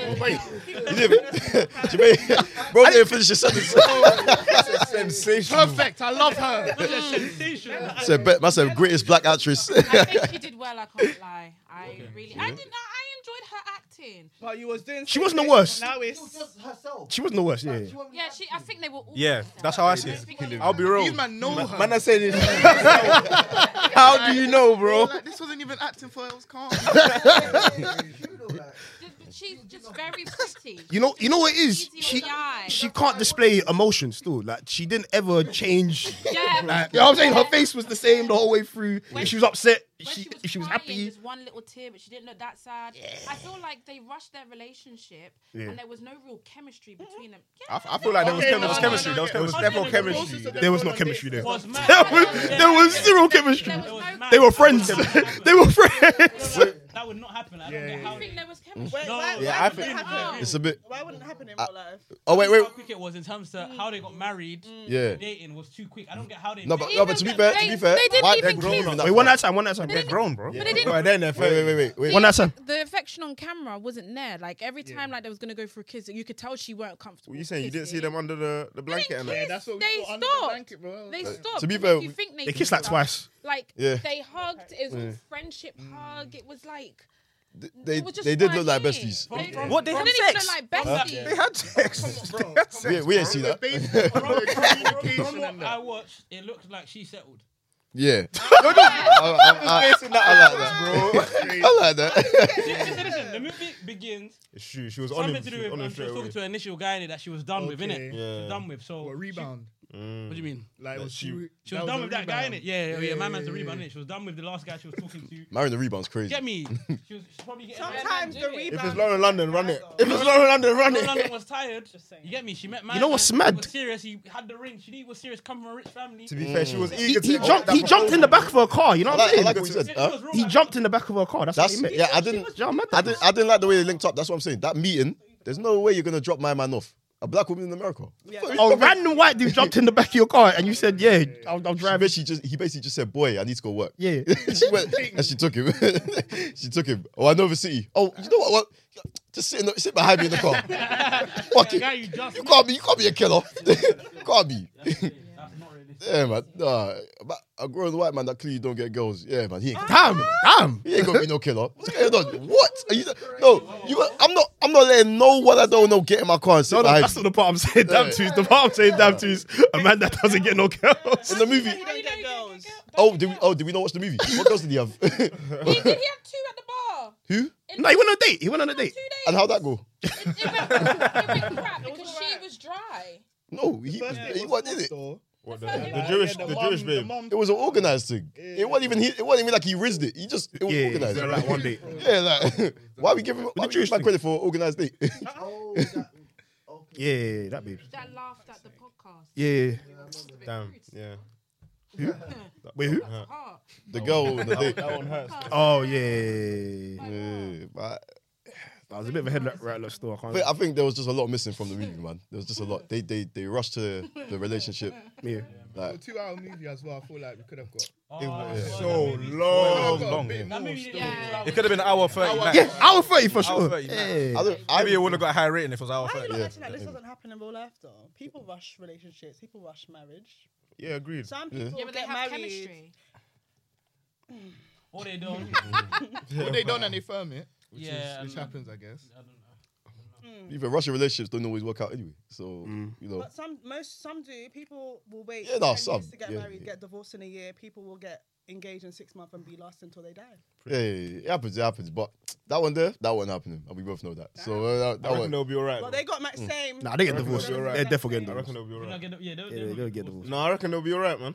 You didn't- Jermaine- Bro, didn't finish your sentence.
Sensational.
Perfect. I love her.
That's a sensation.
said, be- man said, greatest black actress.
I think she did well. I can't lie. I really, I did not. I enjoyed her acting.
But you was doing.
She wasn't the
same
worst.
shit, Now it's.
herself.
She wasn't the worst. Yeah.
Yeah, she. I think they were all.
Yeah, that's how I see it. I'll be real.
These man know her.
Man, I said it. How do you know, bro?
Like, this wasn't even acting for it was calm.
She's just very pretty.
You know, you know what it is.
Easy on
She
the eye.
she can't display emotion still. Like she didn't ever change.
Yeah.
Like, you know what I'm saying? Her face was the same the whole way through.
When-
if she was upset,
When
she,
was
if she was
crying,
happy.
Just one little tear, but she didn't look that sad. I feel like they rushed their relationship,
Yeah.
and there was no real chemistry between them.
I, I feel like there was,
Okay,
chem- there was
no,
chemistry.
no,
There was, there was
no,
never
no.
chemistry.
There was no chemistry there.
Was mad.
There was, there was zero chemistry.
There was no.
They were friends. they were friends.
That would not happen. I don't know
I
how.
think there was chemistry.
Wait,
No.
why,
Yeah,
why
I
would it
think-
happen?
It's a bit.
Why wouldn't it happen in real life?
Oh wait, wait.
How quick it was in terms of how they got married.
Yeah.
Dating was too quick. I don't get how they.
No, but no, but to be fair, to be
They-
fair,
they didn't
why-
even
they're
kiss.
grown
Wait, one at a time. One at a time.
They're
grown, bro.
But it didn't.
Right then, wait, wait, wait, wait, wait.
One at a time.
The affection on camera wasn't there. Like every time, like they was gonna go for a kiss, you could tell she weren't comfortable.
What you saying? You didn't see
kissing.
them under the, the blanket and that?
That's what
They
we saw under the
stopped.
blanket, bro.
They stopped.
to be
and
fair,
if you
we-
think they,
They kissed like
kissed,
twice.
Like
Yeah.
Mm.
they hugged. It was a friendship hug. It was like
th- they
was just
they did look
one
like
year.
besties.
They-
Yeah.
What they
They
had
didn't even
sex?
look like besties.
They had sex. They had sex.
We, we ain't see that.
From what I watched, it looked like she settled.
Yeah. I, I- I- I like that, bro. I like that.
Listen, listen, the movie begins.
It's true. She was on
Something
him.
to do
She was
with.
on
Um, she
him
was
straight
talking
away.
to her initial guy in that she was done with,
Okay.
innit? She was done with. So.
What, rebound?
She, what do you mean?
Like, was she,
She was done with that guy,
in
innit?
it.
Yeah, yeah, yeah. My man's a
yeah,
rebound,
yeah.
innit? She was done with the last guy she was talking to.
Marrying the rebound's crazy.
Get me? She was she's probably getting.
Sometimes the rebound.
If it's Lauren London, run it.
If
it's Lauren London, run
Lauren London was tired. You get me? She met man.
know what's
he
mad?
Was serious. He had the ring. She knew he was serious. Come from a rich family.
To be fair, she was
He,
eager to.
he jumped. He jumped in the back of her car. You know
Mm. I
what I'm
like, I like
saying?
what you said.
It
huh?
was wrong,
he
like-
jumped in the back of her car. That's,
That's
what he meant.
yeah. I didn't.
Yeah, I'm mad
I
at
didn't. I didn't like the way they linked up. That's what I'm saying. That meeting. There's no way you're gonna drop my man off. A black woman in America.
this. A Oh, random white dude jumped in the back of your car, and you said, "Yeah, I'll, I'll
She
drive."
basically just he basically just said, "Boy, I need to go work."
Yeah.
she went and she took him. she took him. Oh, I know the city. Oh, you know what? what? Just sit in the, sit behind me in the car. Fuck
The
it.
guy you just.
You can't be. You can't be a killer. can't be.
That's not really.
Yeah, man. Nah, but a grown white man that clearly don't get girls. Yeah, man. He ain't,
Damn, damn.
he ain't gonna be no killer. What's going on? What? Are you, no, you. I'm not. I'm not letting no one I don't know get in my car and sit
No, no,
behind
that's
me.
not the part I'm saying. Damn
Yeah.
to is the part I'm saying. Damn to is a man that doesn't get no girls.
In the movie.
He don't get girls.
Oh, did we? Oh, did we not watch the movie? What girls did he have?
He, did he have two at the bar?
Who?
No, he went on a date. He went on a
Two
date.
days.
And how'd that go?
It, it, went, it went crap because she was dry.
No, he, he wasn't in it.
What, the, the Jewish, the Jewish babe.
It was an organized thing. It wasn't even he, it wasn't even like he rinsed it. He just it was
Yeah,
organized.
yeah, like one date.
Yeah, like why we give him why we give him credit for organized date?
Oh,
Oh,
Yeah, that babe.
That laughed at the podcast.
Yeah.
Damn. Yeah.
Wait, who?
Heart.
the girl on the date.
That one hurts.
Oh yeah.
Yeah, but
That was a bit of a head rattler still. I
I
can't.
think, I think there was just a lot missing from the movie, man. There was just a lot. They they they rushed to the relationship.
yeah.
Like
Two hour movie as well. I feel like we could have got.
It was
So long.
long.
Ah, That movie didn't
Yeah.
It
It could have been an hour 30 max.
Yeah, hour thirty for
Hour
sure.
30 max.
Yeah.
I don't
Maybe it
I,
would have got a high rating if it was hour 30.
Yeah.
like this doesn't happen in real life though. People rush relationships. People rush marriage.
Yeah, agreed.
Some people
Yeah, but they
get
have
married.
chemistry.
What they done?
What they done and they firm it, which, is,
Yeah,
which
and-
happens, I guess.
I don't know.
even Russian relationships don't always work out anyway. So
Mm.
you know
But some, most, some do. People will wait
Yeah, nah,
10
some,
years to get
yeah,
married,
yeah.
get divorced in a year. People will get engaged in six months and be lost until they die.
yeah, yeah, yeah, it happens, it happens. But that one there, that one happening, and we both know that. So uh, that,
I
that
reckon
one,
they'll be alright.
Well, they got
Mm.
my same.
Nah, they get
I reckon
divorced.
they'll be alright.
They're definitely getting
I reckon
divorced.
they'll be
They're not
alright.
gonna- Yeah, they're-
Yeah,
they're
they
not-
gonna get divorced.
No, I reckon they'll be alright, man.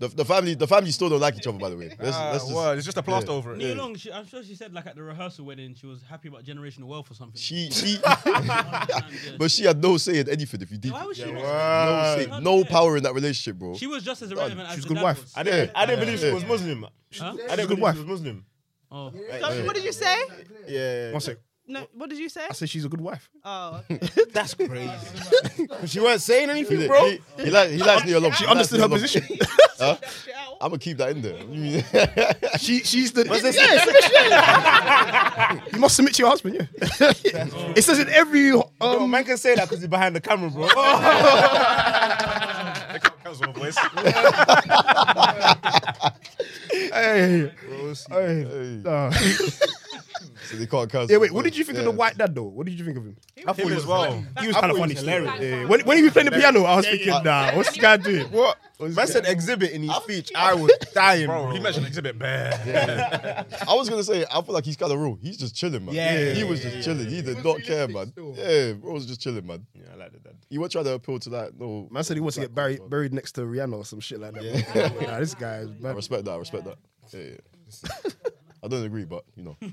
the, the family, the family still don't like each other, by the way. Let's,
Ah,
let's just,
word, it's just a plaster
yeah.
over it.
Nia Long, she, I'm sure she said like at the rehearsal wedding, she was happy about generational wealth or something.
she, she,
Yeah.
but she had no say in anything. If you did,
Why was she?
no
Wow.
say, no power in that relationship, bro.
She was just as irrelevant as
She's a
the
good
dad
wife.
was.
I didn't. I didn't
Yeah.
believe she was Muslim.
Huh?
I didn't
good
believe
wife.
she was Muslim.
Oh.
Sorry, what did you say?
Yeah.
One sec.
No, what did you say?
I said she's a good wife.
Oh, okay.
That's crazy.
She weren't saying anything,
he,
bro.
he, he likes, he likes Nia Long.
She
He
understood her
likes Nia Long.
position.
I'm gonna keep that in there.
she she's the yeah, yeah. You must submit to your husband, yeah. it says in every
Bro,
um
man can say that because he's behind the camera, bro.
I can't cancel my voice.
hey, hey,
Hey,
nah.
so they can't cancel.
Yeah, wait, what did you think of the
Yeah.
white dad though? What did you think of him?
I thought
Him as well.
He was kind of funny.
was
still.
hilarious.
Yeah. When, when he was playing the piano, I was thinking, nah, what's this guy doing?
What? Man said exhibit in his speech. I was dying, bro.
He mentioned exhibit bad.
I was gonna say, I feel like he's kind of real. He's just chilling, man.
Yeah.
he was just chilling. He did not care, man. Yeah, bro was just chilling, man.
Yeah, I like that.
He wasn't trying to appeal to that. No,
Man said he wants to get buried buried next to Rihanna or some shit like that. Nah, this guy is
I
bad.
respect that. I respect that. Yeah, yeah. I don't agree, but you know,
You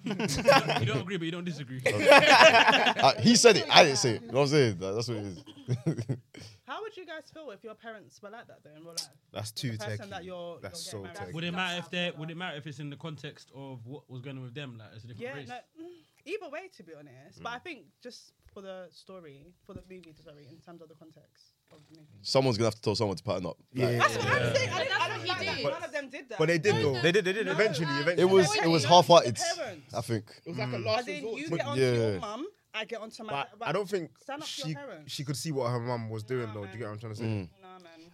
don't agree, but you don't disagree.
I, he said it. I didn't say it. You know what I'm saying? That- That's what it is.
How would you guys feel if your parents were like that though in real life?
That's too
The person
techie.
that you're,
That's
you're
so
getting
techie.
married
would it
to.
matter if they? Would it matter if it's in the context of what was going on with them? Like, it's a different
Yeah,
race.
no, mm, either way, to be honest.
Mm.
But I think just for the story, for the movie, sorry, in terms of the context of the movie.
Someone's gonna have to tell someone to pattern up. Like,
Yeah.
That's what I'm saying. I don't,
But
I
that's
don't
what
like
he
that.
did.
None of them did that.
But they did though.
They did, they did,
No,
eventually.
like-
eventually.
It was it was
Your
half-hearted.
parents.
I think.
Mm.
It was like a last
As in,
resort.
you get on
yeah.
your mum I get onto my.
But I don't think
stand up for
she
your parents.
she could see what her mum was doing though. Do you get what I'm trying to say?
Mm.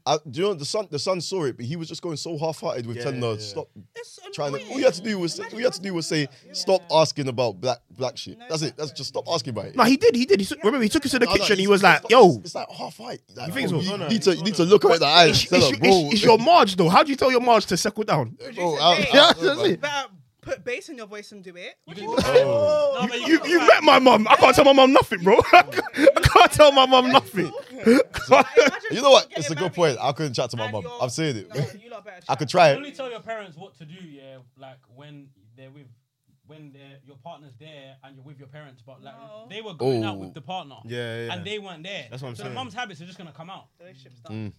I, do you know the son? The son saw it, but he was just going so half-hearted with
Yeah,
telling her
yeah.
stop trying to. All you had to do was all you had to do was say stop asking about black black shit. That's it. That's just stop asking about it.
No, he did. He did. He took, remember, he took us to the
No, no,
kitchen. he
it's-
was like,
it's
"Yo,
it's like half fight. Like,
You think
oh,
so?
You
No, no,
need to you need to look her in the eyes.
it's,
Tell her,
it's-
bro.
it's your Marge though. How do you tell your Marge to settle down?
Bro,
Hey,
Oh, I-
Yeah,
I-
that's it.
you better put bass in your voice and do it. What do you
oh.
You, you, you met my mum. I can't tell my mum nothing, bro. I can't tell my mum nothing.
You know what? It's a good point. I couldn't chat to my mum. I've seen it. I could try
You only
it.
tell your parents what to do, yeah, like when they're with, when they're, your partner's there and you're with your parents, but like they were going out
Oh.
with the partner.
Yeah, yeah.
And they weren't there.
That's what I'm
so
saying.
the mum's habits are just going to come out.
Mm.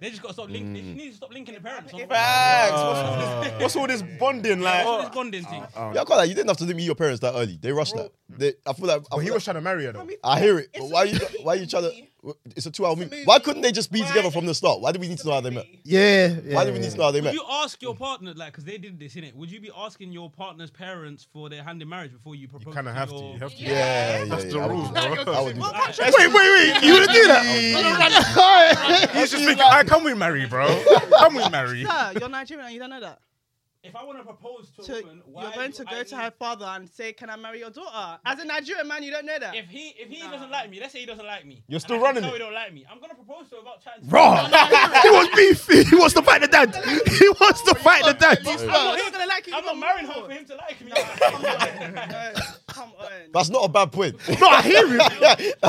They just got to stop linking. They
Mm.
just need to stop linking the parents.
Facts. What's all this bonding like?
What's all this bonding
Oh.
thing?
Yeah, I can't lie. You didn't have to meet your parents that early. They rushed that. They, I feel like I,
But he was
feel like-
trying to marry her though.
I hear it. But why you why you trying to? It's a two-hour movie. Why couldn't they just be together from the start? Why do we need to know how they met?
Yeah.
Why do we need to know how they
Would
met?
you ask your partner, like, because they did this, innit? Would you be asking your partner's parents for their hand in marriage before you propose?
kinda
to
have to,
your...
you have to.
Yeah, yeah,
That's
yeah,
the
I would
rules,
do that.
bro.
I would do that.
Wait, wait, wait. You would do that?
He's just thinking, I can we marry, bro? Can we marry?
Sir, you're Nigerian and you don't know that.
If I want to propose to,
To-
a woman, why
you're going
do
to
I
go to
need-
her father and say, "Can I marry your daughter?" As a Nigerian man, you don't know that.
If he if he doesn't like me, let's say he doesn't like me.
You're
and
still
I can
running
tell
it.
He don't like me. I'm gonna propose to her about chatting. to
Raw.
her.
He wants beefy. He wants to fight the dad. He wants to fight the
I'm
dad.
not,
he's gonna like you.
I'm not marrying her for him to like me.
Come on.
That's not a bad point.
No, I hear him.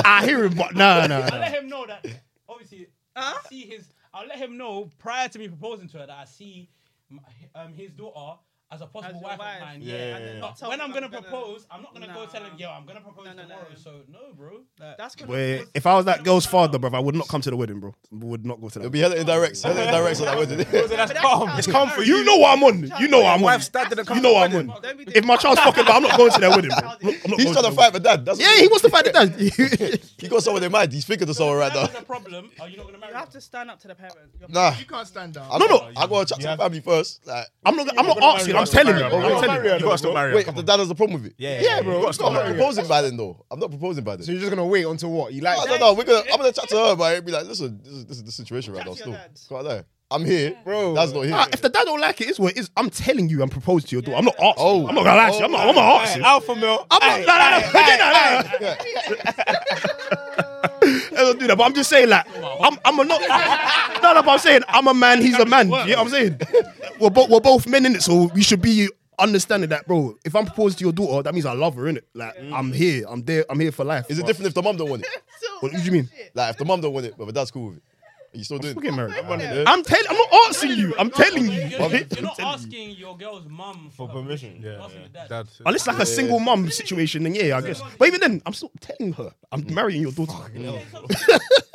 I hear him, but no, no,
I let
no.
him know that. Obviously, I see his. I'll let him know prior to me proposing to her that I see m- um, his daughter. As a possible
your
wife,
wife.
of mine,
Yeah,
yeah.
yeah,
And then
yeah.
But
Tell
when
him
I'm
I'm
gonna,
gonna-
propose, I'm not gonna go tell him,
Nah.
yo, I'm gonna propose
no, no,
tomorrow.
no.
So no, bro. Like,
That's good.
Wait, if I was that girl's father, bruv, I would not come to the wedding, bro. Would not go to
It'll
that.
be hella indirects. Hella indirects on that wedding.
That's calm.
It's calm for you. You know what I'm on. You know what I'm on.
Wife's dad didn't come
You know
to
what I'm
wedding.
on.
Don't be
If my child's fucking, but I'm not going to their wedding, bro. I'm not- I'm not
He's trying
going
to
their
fight for dad. That's
Yeah, he wants to fight the dad.
He got someone in mind. He's thinking to someone right
If
now.
that was a problem. Are you not gonna marry?
You have to stand up to the parent. Your
Nah,
You can't stand down.
I
No, no.
gotta- I gotta chat to the family first. Like,
I'm not. I'm not asking. I'm telling Oh, you.
bro.
I'm telling you.
You gotta still marry her.
wait, if the dad has a problem with it.
Yeah,
Yeah, bro.
You gotta
I'm
stop
not
marrying her.
proposing by then though. I'm not proposing by
So
then.
you're just gonna wait until what? You like?
No, no, no. We're gonna. I'm gonna chat to her, but I'll be like, listen, this is, this is the situation right now.
Chat to
Still,
your
can't lie. I'm here,
Bro.
That's not here.
Nah, Ah, if the dad don't like it, it's what it is. I'm telling you, I'm proposing to your daughter. I'm not asking. I'm not gonna lie to you. I'm not. I'm
Oh.
not asking.
Alpha male.
I'm not. No, no, no. Forget that. no, no. I don't do that. But I'm just saying, like, I'm. I'm a not. No, no. But I'm saying, I'm a man. He's a man. You know what I'm saying? We're both. We're both men in it, so we should be understanding that, bro. If I'm proposing to your daughter, that means I love her, innit? Like, I'm here. I'm there. I'm here for life.
Is it
bruv.
different if the mum don't want it?
What do you mean?
Like, if the mum don't want it, but the dad's cool with it, are you still doing
Fucking
it?
married.
Yeah.
I'm telling. I'm not asking you. I'm telling you.
You're, you're not asking your girl's mum for, permission. You're asking the dad.
Dad.
Unless like a single mum situation, then yeah, I guess. But even then, I'm still telling her I'm marrying your daughter.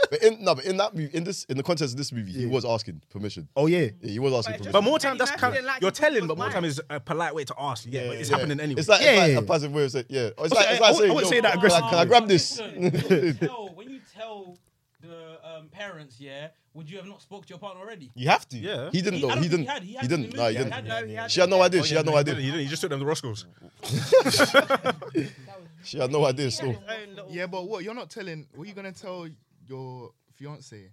But in no, but in that movie, in this, in the context of this movie, he was asking permission.
Oh yeah.
Yeah, he was asking permission.
But more time, that's
Imagine
kind
like
you're
he
telling,
was
but more
mine.
time is a polite way to ask. Yeah, but it's
Yeah.
happening anyway.
It's like, it's
Yeah,
like
yeah.
a passive way of saying, yeah. Or It's
Also,
like, it's
I- I
like
wou-
saying,
I wouldn't
yo,
say that
can I-
aggressively.
Can I grab this?
Listen, when you tell, when you tell the um, parents, yeah, would you have not spoke to your partner already?
You have to.
yeah.
He didn't
I
though.
don't
He
think
didn't.
he had- he
He
had Oh,
didn't.
the
No, he
mood.
didn't.
No, he had
She had no idea. She had no
Oh, He didn't,
idea.
he didn't. He just took them to Roscoe's.
She had no idea. Still.
his own little-
Yeah, but what you're not telling? What are you gonna tell your fiance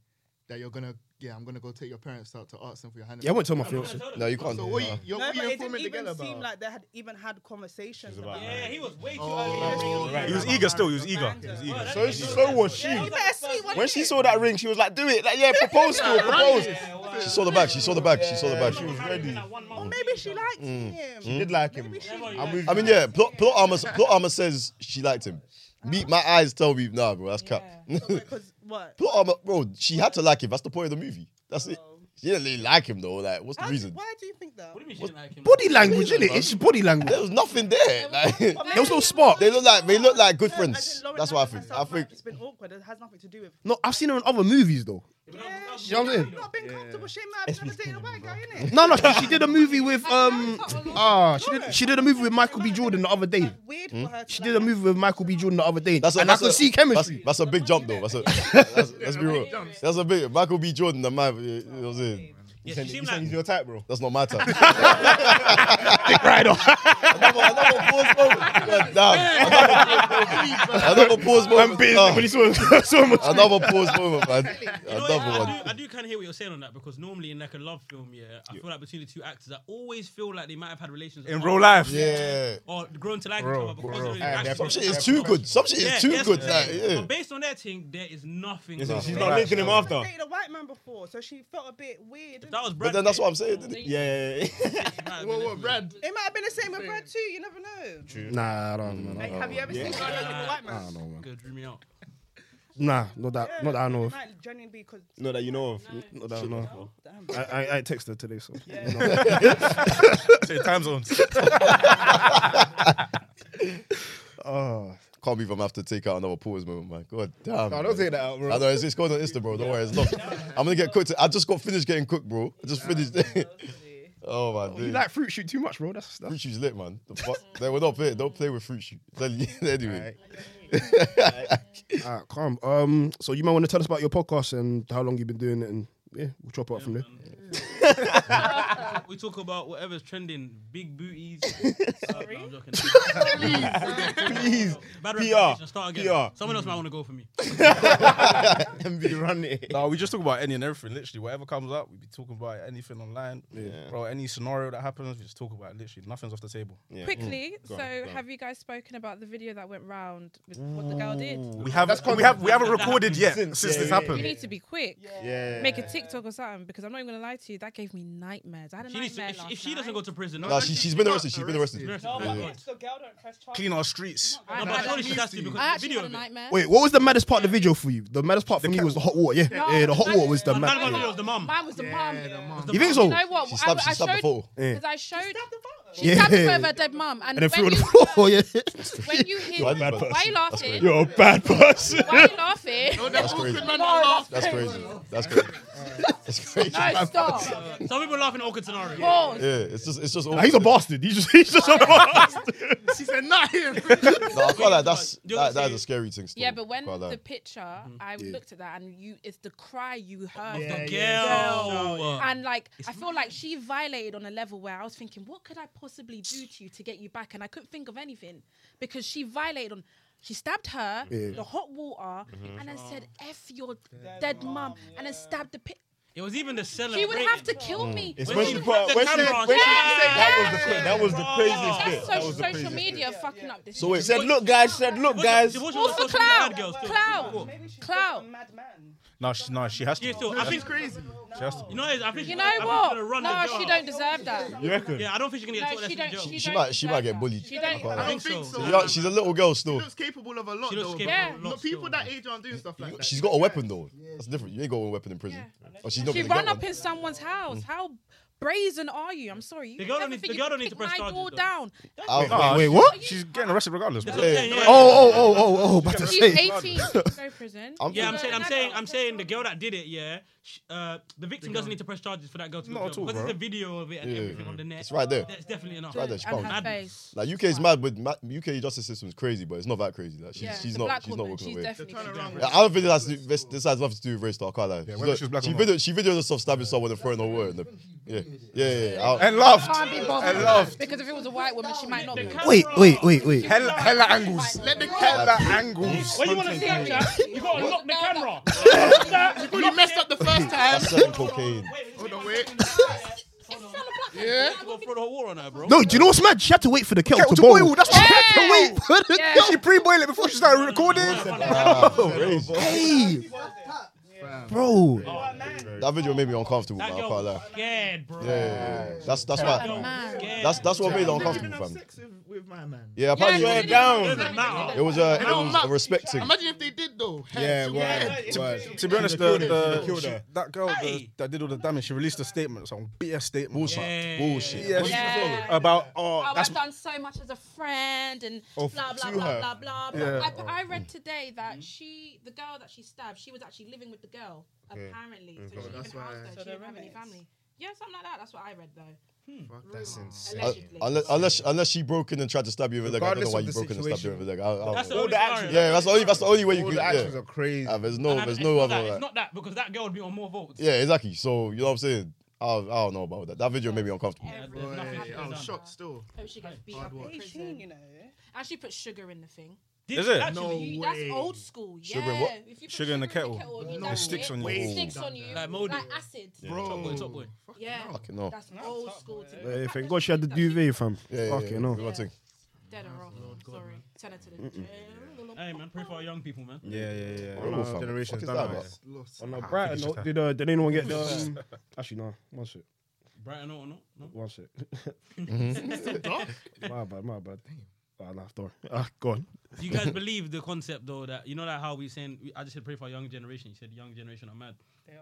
that you're gonna? Yeah, I'm gonna go take your parents out to ask them for your hand.
Yeah, I won't tell my fiance.
No, you can't.
So
do
what
that.
you, you're,
No,
what
but it
you
didn't
informing the
even
girl
seem
about?
like they had even had conversations about it.
Yeah, he was way too
Oh,
early.
He was eager still. He was eager. He was eager.
So she- so was she.
You better see what
When
it
she
is.
saw that ring, she was like, "Do it! Like, yeah, propose still, propose."
She saw the bag. She saw the bag. She saw the bag. Hmm?
She was ready.
Or maybe
Mm.
she liked
Mm.
him.
She did like him. I'm with
I mean, yeah. Plot, plot armor. Plot armor says she liked him. Me, my eyes tell me, nah, bro, that's cap.
Because what?
plot armor, bro. She had to like him. That's the point of the movie. That's it. She didn't really like him though. Like, what's the
How do-
reason?
Why do you think that?
What do you mean she didn't like him?
Body language, innit? It's just body
There
language.
was nothing there. Like,
There was no spark.
they look like they look like good
No, as
friends.
in Lauren
That's what I
London
think.
and
I
South Park,
think.
It's been awkward. It has nothing to do with.
No, I've seen her in other movies though.
Yeah,
know what I'm saying?
she's Not been comfortable. She might have never dated a white guy, innit?
No, no, she, she did a movie with um. Ah, she did. She did a movie with Michael B. Jordan the other day.
Weird for her. to
She
like
did a movie with Michael B. Jordan the other day,
That's a,
and I
that's
could
a-
see chemistry.
That's, that's a big jump though. That's a. That's, let's be real. That's a big Michael B. Jordan. The man. You know what I'm saying? Yeah,
she seemed like- your type, bro.
That's not my type.
Dick rider.
another, another pause moment. God damn. Another pause moment. Nah. Another pause moment, man.
You know, I,
Another one.
I do, I do kind of hear what you're saying on that because normally in like a love film, yeah, I feel like between the two actors, I always feel like they might have had relations
In
apart.
real life. Yeah.
or grown to like
Bro,
each other because
bro.
of the
Yeah,
actual-
some shit is too good. Some shit is too
that's
good,
the thing.
like, yeah.
But based on that thing, there is nothing.
Is it-
good.
she's not linking him after?
Dated a white man before, so she felt a bit weird.
That was
But then that's what I'm saying. didn't it? Yeah, yeah, yeah.
Well, what, Brad? It might have been the same with Brad too. You never know.
Nah, I don't know.
Like, have you ever seen someone look like a white man?
I don't know, man.
Good, drew me out.
Nah, not that, not that I know
It
of.
might genuinely be because
Not that you know of. Not that I know of.
Damn.
I, I, I text her today, so.
Yeah.
you know.
Say time zones.
Oh. Can't believe I'm gonna have to take out another pause moment, man. God damn.
No, don't
man.
take that out, bro.
I know it's, it's going on Insta, bro. Don't worry, it's locked. I'm gonna get cooked. I just got finished getting cooked, bro. I just finished. oh my
you
dude.
like fruit shoot too much, bro. That's, that's
Fruit shoes lit, man. The fuck? they were not play. Don't play with fruit shoes. anyway.
All right, calm. Um, so you might want to tell us about your podcast and how long you've been doing it, and yeah, we'll chop up from there.
we talk about whatever's trending, big booties. Sorry, no, I'm joking.
Please.
Bad
PR.
reputation. Start again.
PR.
Someone else might want to go for me.
MB run it.
No, we just talk about any and everything. Literally, whatever comes up, we be talking about it, anything online,
Yeah.
bro. Any scenario that happens, we just talk about. It. Literally, nothing's off the table.
Quickly, so have you guys spoken about the video that went round with what the girl did?
we haven't we have we haven't recorded yet since, this happened.
You need to be quick.
Yeah.
Make a TikTok or something because I'm not even gonna lie to you. That gave me nightmares. I had a
She needs to,
nightmare
if,
last
she, if she doesn't go to prison,
Nah, she, she's been arrested. She's been arrested.
No, but
Yeah.
So girl don't press charge.
Clean our streets.
No, but Oh I told you she has to because
I
the
actually
video
had
of
a
it.
nightmare.
Wait, what was the maddest part of the video for you? The maddest part for me was the hot water. Yeah, yeah, the hot water was the
None of
mad.
it was the mum.
Mine was the mom.
You think so?
You know what?
She stabbed-
I,
she
I
stabbed the
showed
photo. Yeah.
because I showed. She
Yeah.
stabbed the photo of her dead mum, and,
And then
when,
threw on
you,
the floor. Yeah.
when you hear,
You're a bad
why are
person.
you laughing?
You're a bad person.
Why are you laughing?
That's crazy. That's crazy. That's crazy. That's crazy.
No, stop.
Some people laughing at awkward scenario.
Pause.
Yeah, it's just it's just.
Nah, he's a bastard. He's just he's just a bastard.
she said, not here.
No, I can't lie. That's that, that is a scary thing. Still.
Yeah, but when
Can't lie.
the picture, I looked at that, and you—it's the cry you heard.
Yeah,
from
yeah,
girl.
yeah.
And like, I feel like she violated on a level where I was thinking, what could I possibly do to you to get you back? And I couldn't think of anything because she violated on. She stabbed her,
Yeah.
the hot water, and then said, "F your Oh. dead mum," and then stabbed the pit.
It was even the seller.
She would have to kill me.
It's
When
when
she
she
put
put
the
when she
camera on,
when she
she-
said that was the that was the craziest bit.
That's
That
so,
was the
social
craziest bit.
media fucking up this.
So wait, she said, look guys, she said, look guys.
It wasn't
All
on
for
social media,
clout,
bad girls too.
clout, clout.
No, she, no, she has to.
Yeah, still, I think crazy.
She has to.
You know, I think
You
I
know
think she's gonna
what?
run the
No,
jail.
she don't deserve that.
You reckon?
Yeah, I don't think she's gonna get
No,
taught that
she
shit in
don't-
jail.
she
she might she might get bullied.
She don't-
can't lie.
I don't think so.
She- she's a little girl still.
She's capable of a lot,
She looks
though.
capable of a
But
lot
people that age aren't doing stuff like that.
She's got a weapon though. That's different. You ain't got a weapon in prison. Oh, she's not
She
gonna
run
get
up
one.
in someone's house. How brazen are you? I'm sorry. You
Mm. The girl don't
never
need- the
think you
girl
could
don't need to
kick
press
my
charges,
door
though.
down.
I'll-
Nah,
Ah, Wait,
she-
what?
She's getting arrested regardless. Bro.
Hey, yeah,
Oh, oh, oh, oh, oh. About to
She's
say.
18. Go to prison.
I'm
Yeah, I'm saying, I'm saying, I'm saying, the girl that did it, yeah, sh uh, the victim doesn't need to press charges for that girl to go
Not
to
at all,
jail because
bro.
it's a video of it and
Yeah.
everything on the net.
It's right there.
That's definitely enough.
It's right there. She
And
bounced.
her face.
Like UK's mad with ma- UK justice system is crazy, but it's not that crazy. Like, she's
Yeah,
she's
the
not
black
she's
woman,
not walking
she's
away.
definitely
turnaround
Yeah, I don't think it has to do, this, this has nothing to do with race. Though, I can't lie.
whether she was black
she
or
videoed she videoed herself stabbing someone and throwing her water in the yeah yeah yeah. yeah. I'll-
And laughed.
Can't be
And
bothered.
laughed.
Because if it was a white woman, she might not be.
Wait, wait, wait, wait.
Hella, hella angles.
Let the camera.
Hella angles.
When you want to see her, Jack, you gotta lock the camera.
You messed up the first time.
That's selling cocaine.
Hold on, wait.
Yeah. Go throw the whole war on her,
Oh,
bro.
No, do you know what's mad? She had to wait for the kettle to boil. That's she had to wait for the
Yeah.
kettle.
She pre-boiled it before she started recording.
Hey, bro.
That video made me uncomfortable. Man, I
That
can't
girl was
lie.
scared, bro.
Yeah, yeah, yeah. that's that's why
Scared.
that's that's what made it
Imagine
uncomfortable,
have
fam.
sex with- with my man.
Yeah, apparently
Yeah,
it
she
down.
doesn't matter.
was a it was a respect thing.
Imagine if they did though.
Yeah,
Heads,
right. right.
To be honest, the, the,
Killed
she-
her.
that girl the,
Hey.
that did all the damage, she released a statement, some BS statement. Bullshit.
Yeah.
Bullshit.
Yeah, she-
Yeah.
About, oh,
Oh,
that's
I've done so much as a friend and
Oh,
blah blah
to
blah,
her.
blah blah blah.
Yeah.
I, I read today that she, the girl that she stabbed, she was actually living with the girl apparently.
Mm-hmm.
So she
That's
even
why-
asked her.
So
she
they're
didn't have any
roommates.
family. Yeah, something like that. That's what I read though.
That's insane.
Uh,
Allegedly.
unless, unless unless she broke in and tried to stab you in the leg, I don't know
Regardless
why
of
you
the
broke in and stabbed you in the leg. I, I,
That's the
All
only
the
scenario.
actions-
yeah, that's the only that's the only way you
All
could.
the actions
Yeah.
are crazy.
Uh,
Ah, there's no
And
there's
it's
no
not
other.
that,
way.
It's not that because that girl would be on more votes.
Yeah, exactly. So you know what I'm saying. I, I don't know about that. That video made me uncomfortable.
I
Oh,
was shocked still.
Hope she gets beat
Hard
up in
work.
prison. Actually, put sugar in the thing.
Did Is it? it?
No
No
you, that's
way.
old school. Yeah.
Sugar in what?
If you put
Sugar in the kettle.
and you
No
dab
sticks on you.
It
Way.
sticks on you.
Like
Like,
mouldy.
acid.
Yeah. Bro. Top boy, top boy.
Yeah.
Fucking hell.
That's old school. To
Yeah, thank God she had the duvet, fam.
yeah, yeah,
Fucking hell.
yeah. One thing.
Dead or off. Sorry. Turn it to the
Mm-mm.
Hey man, pray for our young people, man.
Yeah, yeah, yeah.
Horrible,
Nah,
fam.
generations
Fuck is
done
that
that.
about?
On a
Ah,
brighter
fifty
note,
percent.
did, uh, did anyone get the? Um, actually, no. One sec.
Brighton or not? No.
One sec.
Mhm. Still dark?
Mm-hmm.
My bad. My bad. Ah, nah, don't. Ah, go on.
Do you guys believe the concept though that you know that how we saying we, I just said pray for our young generation. You said young generation are mad.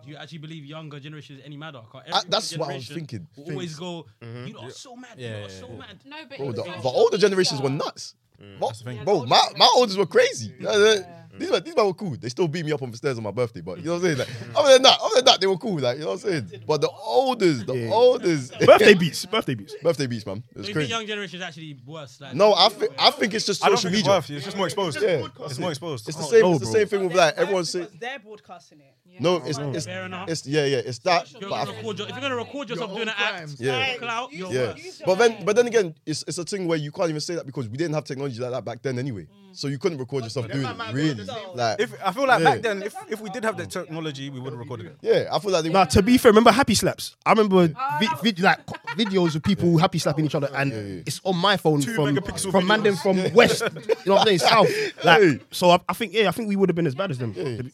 Do you actually believe younger generations any madder? 'Cause every
Ah, that's what I was
generation
thinking.
will always
Thanks.
go,
Mhm.
you lot
Yeah.
are so mad.
Yeah,
you lot
yeah,
are so
yeah.
mad.
No, but
Bro,
it
Oh, the,
was
the
social
older
media.
generations were nuts.
Mm.
Mo-
the thing.
bro, my, my oldest were crazy. Yeah, they- These men, these men were cool. They still beat me up on the stairs on my birthday, but you know what I'm saying. Like, other than that, other than that, they were cool. Like you know what I'm saying. But the oldest, the oldest,
birthday beats, birthday beats,
birthday beats, man. It's
Do you think
crazy.
young generation is actually worse? Like,
No, I think I think it's just
I don't
social
think it's
media.
worth it. It's just more exposed.
Yeah,
It's more exposed.
It's the
Oh,
same.
no,
it's the
bro.
same thing with like everyone saying.
They're broadcasting it.
No, it's it's,
Fair enough.
it's yeah yeah it's that.
You're
but I
gonna record your, if you're gonna record yourself doing an act,
Yeah.
clout, you're
yeah.
worse.
But then but then again, it's it's a thing where you can't even say that because we didn't have technology like that back then anyway. So you couldn't record yourself doing it, really. Like
If I feel like
yeah.
back then, if, if we did have the technology, we would have recorded it.
Yeah, I feel like they
Now, to be fair, remember happy slaps? I remember
Ah,
vi- vid- like co- videos of people happy slapping each other, and it's on my phone from from Mandem from West, you know what I'm saying, South. Like, so I, I think yeah, I think we would have been as bad as them. To be-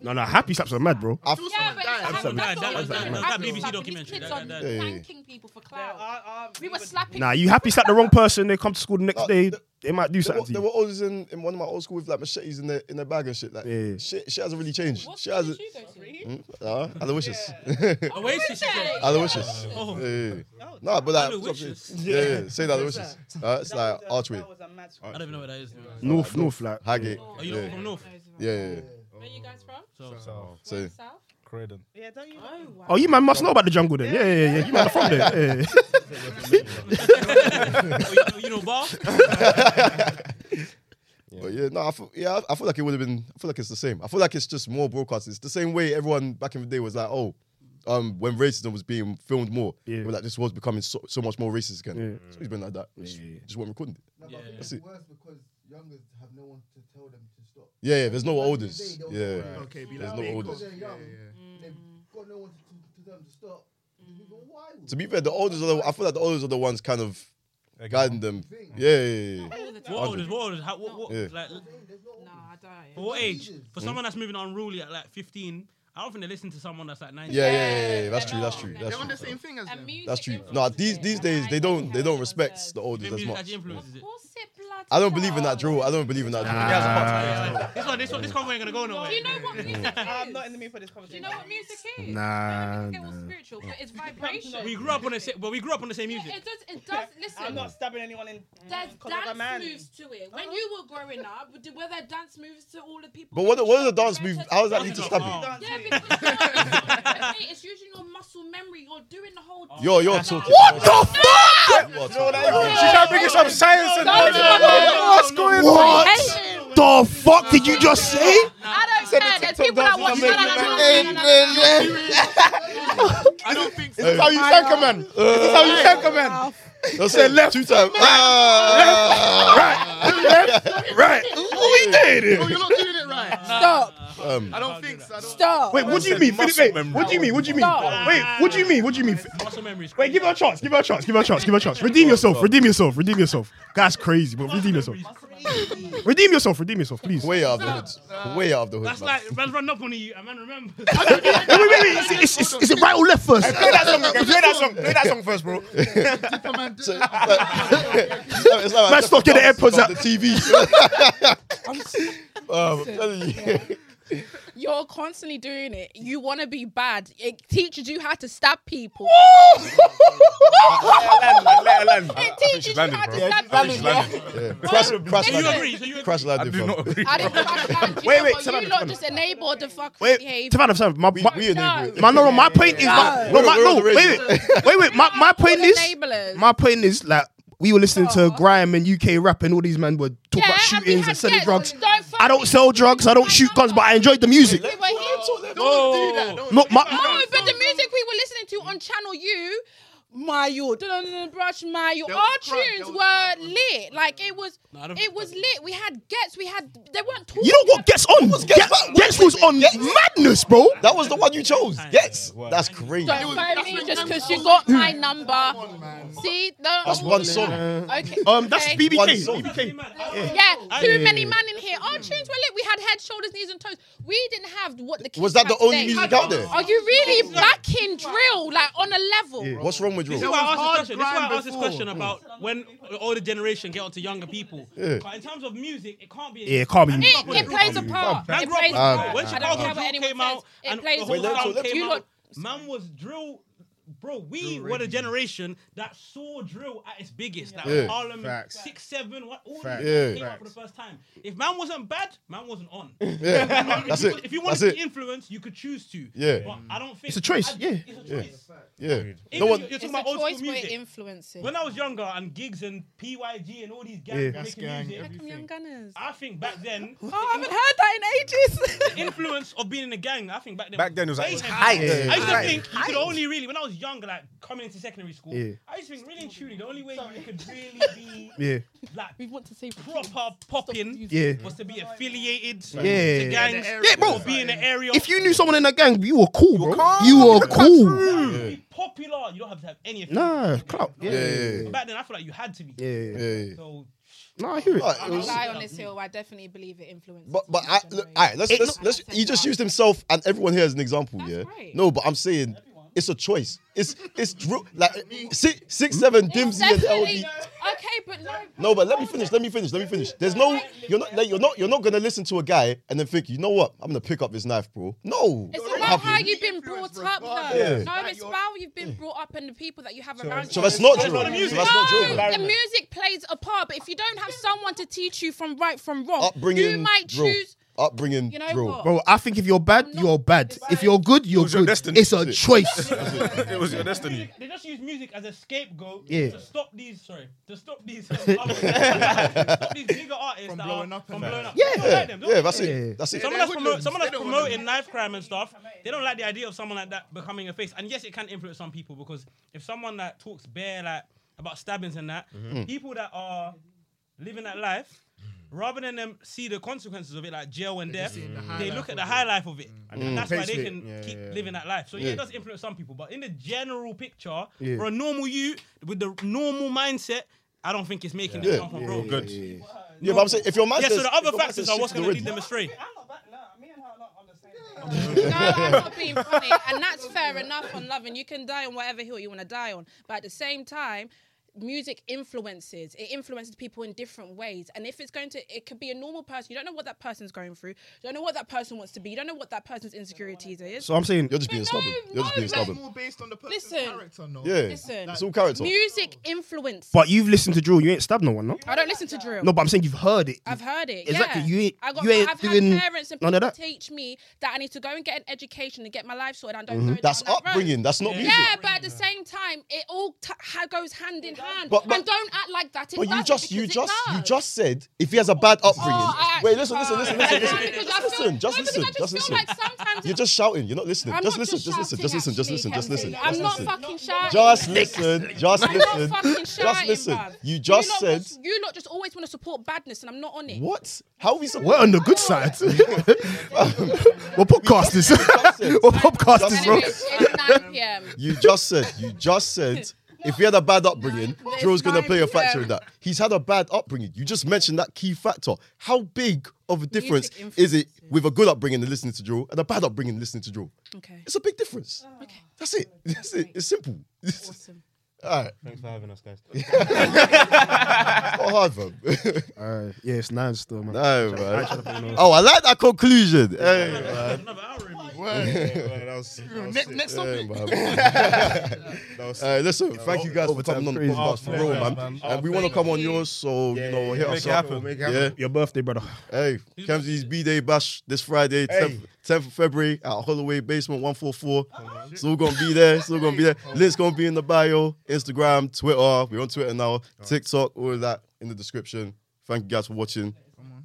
No, no, happy slaps are mad, bro.
Yeah, but
Happy
it's
slaps are mad.
like, that's
Happy
all it was.
slaps are mad.
Happy
BBC
slap, and
documentary,
These kids
that-
are
that- that- Yeah, yeah.
thanking people for clout. We were slapping.
Nah, you happy slap the wrong person, they come to school the next day, they might do
They were,
something
they
to
were
you.
always in, in one of my old school with like machetes in their in their bag and shit. Like
Yeah.
shit, shit hasn't really changed. What shit hasn't.
you go to?
Mm, uh, Aloysius.
Oasis, you said?
Aloysius.
Oh.
Yeah, yeah, yeah. Nah, but like,
Aloysius.
yeah, yeah, yeah. say that Aloysius. Uh, it's like Archway.
I don't even know where that is.
North, north, like
Highgate.
Are you
yeah.
from North?
Yeah, yeah, yeah.
Oh, Where you guys from?
South.
Oh,
So,
Croydon.
Yeah, don't you?
Oh, wow.
Oh, you man must know about the jungle then. Yeah, yeah, yeah. You man are from there. Yeah.
Oh, you- you know Bar?
But yeah, no, I feel, yeah, I- I feel like it would have been. I feel like it's the same. I feel like it's just more broadcasting. It's the same way everyone back in the day was like, oh, um, when racism was being filmed more, yeah. like this was becoming so, so much more racist again. It's always been like that. Just, just weren't recording it.
No, but I think
That's it.
it's worse because youngers have no one to tell them to stop.
Yeah, yeah, there's no
Back in the
orders.
day, they were
Yeah.
told,
Okay, be
because
like,
they're
no orders.
young, They've
Mm.
got no one to, to tell them to stop. They go wild.
To be fair, the oldest are the. I feel like the oldest are the ones kind of guiding them. Yeah, yeah, yeah.
What orders? What orders? How, what, what,
Yeah.
like, For what age?
Hmm?
For someone that's moving unruly at like 15, I don't think they listen to someone that's like 19.
Yeah, yeah, yeah, yeah. That's true. That's true. That's
They're on the
true.
same thing as them.
That's true. No, these these days they don't they don't respect the oldest as
Music
much.
actually influences it.
I don't believe in that drill. I don't believe in that drill.
Ah.
This one, this one, this one ain't gonna go nowhere.
Do you know what music is?
I'm not in the mood for this
Do you
conversation.
know what music is?
Nah,
It was spiritual, but it's vibration.
We grew up on the same, but we grew up on the same music.
It does. It does. Listen.
I'm not stabbing anyone in.
There's
Cause of a man. Uh-huh.
dance moves to it. When you were growing up, d- were there dance moves to all the people?
But what what is a dance move? How does that lead to stabbing?
Yeah, because it's not- okay, it's usually your muscle memory. You're doing the whole.
Yo, you're talking.
What
you're
the
talking-
fuck?
You are
No,
talking-
that- she's trying to bring in some science and-
No, no, no, no, no, no.
What's going on? The fuck did you just say?
I don't care. There's people that watch. No, no, no, no, no, no, no, no.
I don't think so. Is this how you shank a man? Is this how you shank a man? That's it. Left, two time. Right, right, right. We did
Oh, you're
it.
not doing it right.
Stop.
Um,
I don't think so. I don't
Stop.
Wait, what do you mean? Philip, wait, what do you mean? What do you mean?
Stop.
Wait, what do you mean? What do you mean? Wait, give her a chance. Give her a chance. Give her a chance. Give her a chance. Redeem yourself. Redeem yourself. Redeem yourself. That's crazy, but redeem yourself. Redeem yourself. Redeem yourself, please.
Way out of the hoods. Way out of the hoods.
That's like, man's run up on you, a man remembers.
Wait, wait, wait. wait. Is, it- is, is, is it right or left first?
play that song, play that
song. Play that song first, bro.
It's like
Man's not getting AirPods out.
The TV. Um, I'm telling you.
You're constantly doing it. You want to be bad. It teaches you how to stab people. It teaches you how to stab people.
Yeah. Crash, crash
So you agree,
so you
Crash landing. fam.
I didn't crash land. You
Wait,
know
wait,
what?
Savannah,
You lot
Savannah.
just enabled the fuck
Wait,
behavior.
Tavan, Tavan, my, my,
enable it.
my, no, no, my point is, my,
No.
no, my,
We're-
no,
we're
wait, wait, wait, wait, my, my point
We're
is,
enablers.
my point is, like, we were listening to Grime and UK rap, and all these men were talking about shootings and selling drugs. I don't sell drugs, I don't shoot guns, but I enjoyed the music.
We were here to
No, my,
No, but the music we were listening to you on Channel U, my you, dun- dun- dun- brush my you.
There
Our
was crunk,
tunes
there was
were lit. Like it was,
I don't
it was lit. We had gets. We had. They weren't talking.
You know what gets on? Gets, was on madness, bro.
That was the one you chose. Yes, that's crazy.
Don't phone me just because you got my number. See, no,
That's one song.
Okay.
Um, that's
okay.
BBK.
One song.
Yeah,
I-
too
Yeah.
many man in here. Our tunes were lit. We had head, shoulders, knees, and toes. We didn't have what the kids
Was that
have
the only
today.
music out there?
Are you really back in drill, like on a level?
What's wrong with you?
This is why I asked this question. This is why I asked this
before.
question about when the older generation get onto younger people.
Yeah.
But in terms of music, it can't be.
Yeah, it can't be
I grew up
music.
with
It- it plays a part.
Man
It
grew up
plays
with
a
drill.
part.
When
I don't care
Chicago
what
Drill came out and
plays
the
a
whole
part.
sound
You
came
lot-
out, man was drill. Bro, we were the generation that saw drill at its biggest. That
Yeah.
was Harlem
Facts.
six, seven, what, all
Facts.
these things
Yeah.
came out for the first time. If man wasn't bad, man wasn't on.
Yeah.
If you-
That's it.
If you wanted
That's
to
it.
be influenced, you could choose to.
Yeah.
But I don't think
It's a choice,
I-
yeah.
It's a
Yeah.
choice.
Yeah.
Even
No one-
you- you're
It's
talking
a
about old
choice
school
we're
music.
influencing.
When I was younger and gigs and PYG and all these
Yeah.
gangs were
Gas
making
gang,
music,
everything. Young Gunners.
I think back then.
Oh, I haven't heard that in ages.
the influence of being in a gang, I think back then.
Back then it was like-
way
it was
heavier.
hype. Yeah,
I used
hype.
to think you could
Hype.
only really, when I was younger, like coming into secondary school,
Yeah.
I used to think really and truly the only way you could really be
Yeah.
like
we want to say
proper popping
Yeah.
was to be affiliated
Yeah.
to gangs,
Yeah, bro.
or be in the area.
If you knew someone in that gang, you were cool, bro. You were cool.
Be popular, you don't have to have any.
Nah,
affiliation.
clout.
You know?
Yeah, yeah, yeah.
But back then, I feel like you had to be.
Yeah.
Yeah.
So
No, I hear it.
I'm not lie on this hill. I definitely believe it influences.
But but I, look, all right, let's,
It-
let's let's he just used himself and everyone here as an example, yeah.
right.
No, but I'm saying it's a choice. It's it's drill like six six seven Dimsy and
Definitely.
LD.
Okay, but no.
No, but let me finish. Let me finish. Let me finish. There's no you're not like, you're not you're not gonna listen to a guy and then think you know what I'm gonna pick up his knife, bro. No,
It's
Not
about how
happening.
you've been brought up, though.
Yeah.
No, it's about how you've been brought up and the people that you have around you.
so that's not drill.
No,
So that's not drill.
the music plays a part, but if you don't have someone to teach you from right from wrong,
Upbringing
you might
drill.
choose.
Upbringing
You know
drill.
what?
Bro, I think if you're bad, you're bad. If you're good, you're good. It's a choice.
it was your destiny.
They just use music as a scapegoat
Yeah.
to stop these. Sorry, to stop these. um, artists, to stop these bigger artists from that blowing are, up. From blowing up. They don't like
Yeah,
them, don't
yeah,
they?
that's it. That's it.
Someone that's, promote, someone that's promoting knife crime and stuff, they don't like the idea of someone like that becoming a face. And yes, it can influence some people because if someone that talks bare like about stabbings and that,
Mhm.
people that are living that life, rather than them see the consequences of it like jail and death,
the high
they
life
look at
of
the
it.
high life of it, and
Mm.
that's why they
Taste it.
can
Yeah,
keep
yeah, yeah.
living that life. So yeah,
Yeah.
it does influence some people, but in the general picture,
Yeah.
for a normal you with the normal mindset. I don't think it's making
Yeah.
the jump on
Yeah,
bro.
yeah, yeah, Good. yeah, yeah. Yeah, but I'm saying if your mindset's-
Yeah, so the
if
other
your
factors
mindset's
are what's
shifted
going to
already.
lead them astray.
No, that's not being funny, and that's fair enough on love, and you can die on whatever hill you want to die on. But at the same time, music influences. It influences people in different ways, and if it's going to, it could be a normal person. You don't know what that person's going through. You don't know what that person wants to be. You don't know what that person's insecurities is.
So I'm saying
you're just being stubborn. You're just being
no,
stubborn.
All based on the person's
Listen,
character, no?
Yeah.
listen.
It's all character.
Music influence.
But you've listened to drill. You ain't stabbed no one, no.
I don't listen to drill.
No, but I'm saying you've heard it.
I've heard it.
Exactly,
Yeah.
you ain't-
I got,
you ain't
I've
doing
had parents and
none of
people
that.
teach me that I need to go and get an education and get my life sorted. And don't
Mhm.
go down
That's
that road.
upbringing, that's not
yeah.
music.
Yeah, but at the same time, it all t- ha- goes hand in hand.
But- but-
and don't act like that. It
But you
doesn't
just, you
because it
just, you
does.
just said if he has a bad upbringing.
I-
Wait, listen, listen, listen, listen,
Because
listen,
I feel-
just listen, just
no, because
listen,
I just
just
feel
listen.
like sometimes
You're just shouting. You're not listening.
I'm
just,
not
listen,
just
just listen,
shouting
just listen, just
actually,
listen, just
Kempsey.
listen,
I'm
just
not
listen.
fucking shouting.
Just listen, just
I'm
listen,
not fucking
just
shouting,
listen.
bruv.
You just
lot
said-
want- you lot just always want to support badness, and I'm not on it.
What? How are we supposed
We're on the good side. We're podcasters. We're podcasters, bro.
Anyway, it's 9 p.m.
You just said, you just said, if he had a bad upbringing,
There's
Drill's gonna
nine
play a
people.
factor in that. He's had a bad upbringing. You just mentioned that key factor. How big of a difference is it with a good upbringing and listening to Drill and a bad upbringing and listening to Drill?
Okay.
It's a big difference.
Okay.
That's it. That's it. It's simple.
Awesome.
All right.
Thanks for having us, guys.
Not hard, fam.
Uh, yeah, it's nine still, man.
No,
I tried to put it
man.
on.
Oh, I like that conclusion. Hey, man.
Next, next
Hey,
topic.
man.
That was
Hey, listen,
sick.
thank you guys for
Overtime
coming on the
crazy.
podcast for
Oh,
real,
pleasure,
man.
man.
And we want to come on yours, so you know, hit
Make
us
it
up.
happen. Make it
Yeah.
happen.
Your birthday, brother.
Hey, Kemsy's B Day Bash this Friday, 10th, 10th of February at Holloway Basement 144. Still gonna be there. Still gonna be there. Link's gonna be in the bio, Instagram, Oh. Twitter. We're on Twitter now, TikTok, all of that in the description. Thank you guys for watching.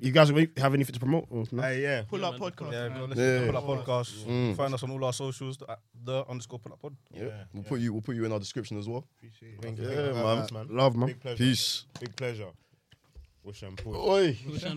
You guys have anything to promote? Or no?
Hey, yeah.
Pull Up Podcast,
Yeah,
man.
go listen to
Yeah.
pull up podcast.
Mm.
Find us on all our socials. The, the underscore pull up pod.
Yeah. We'll put you. We'll put you in our description as well.
Appreciate
Yeah,
it.
man. Love, man.
Big pleasure.
Peace.
Big pleasure. Wish and Paul.
Oi.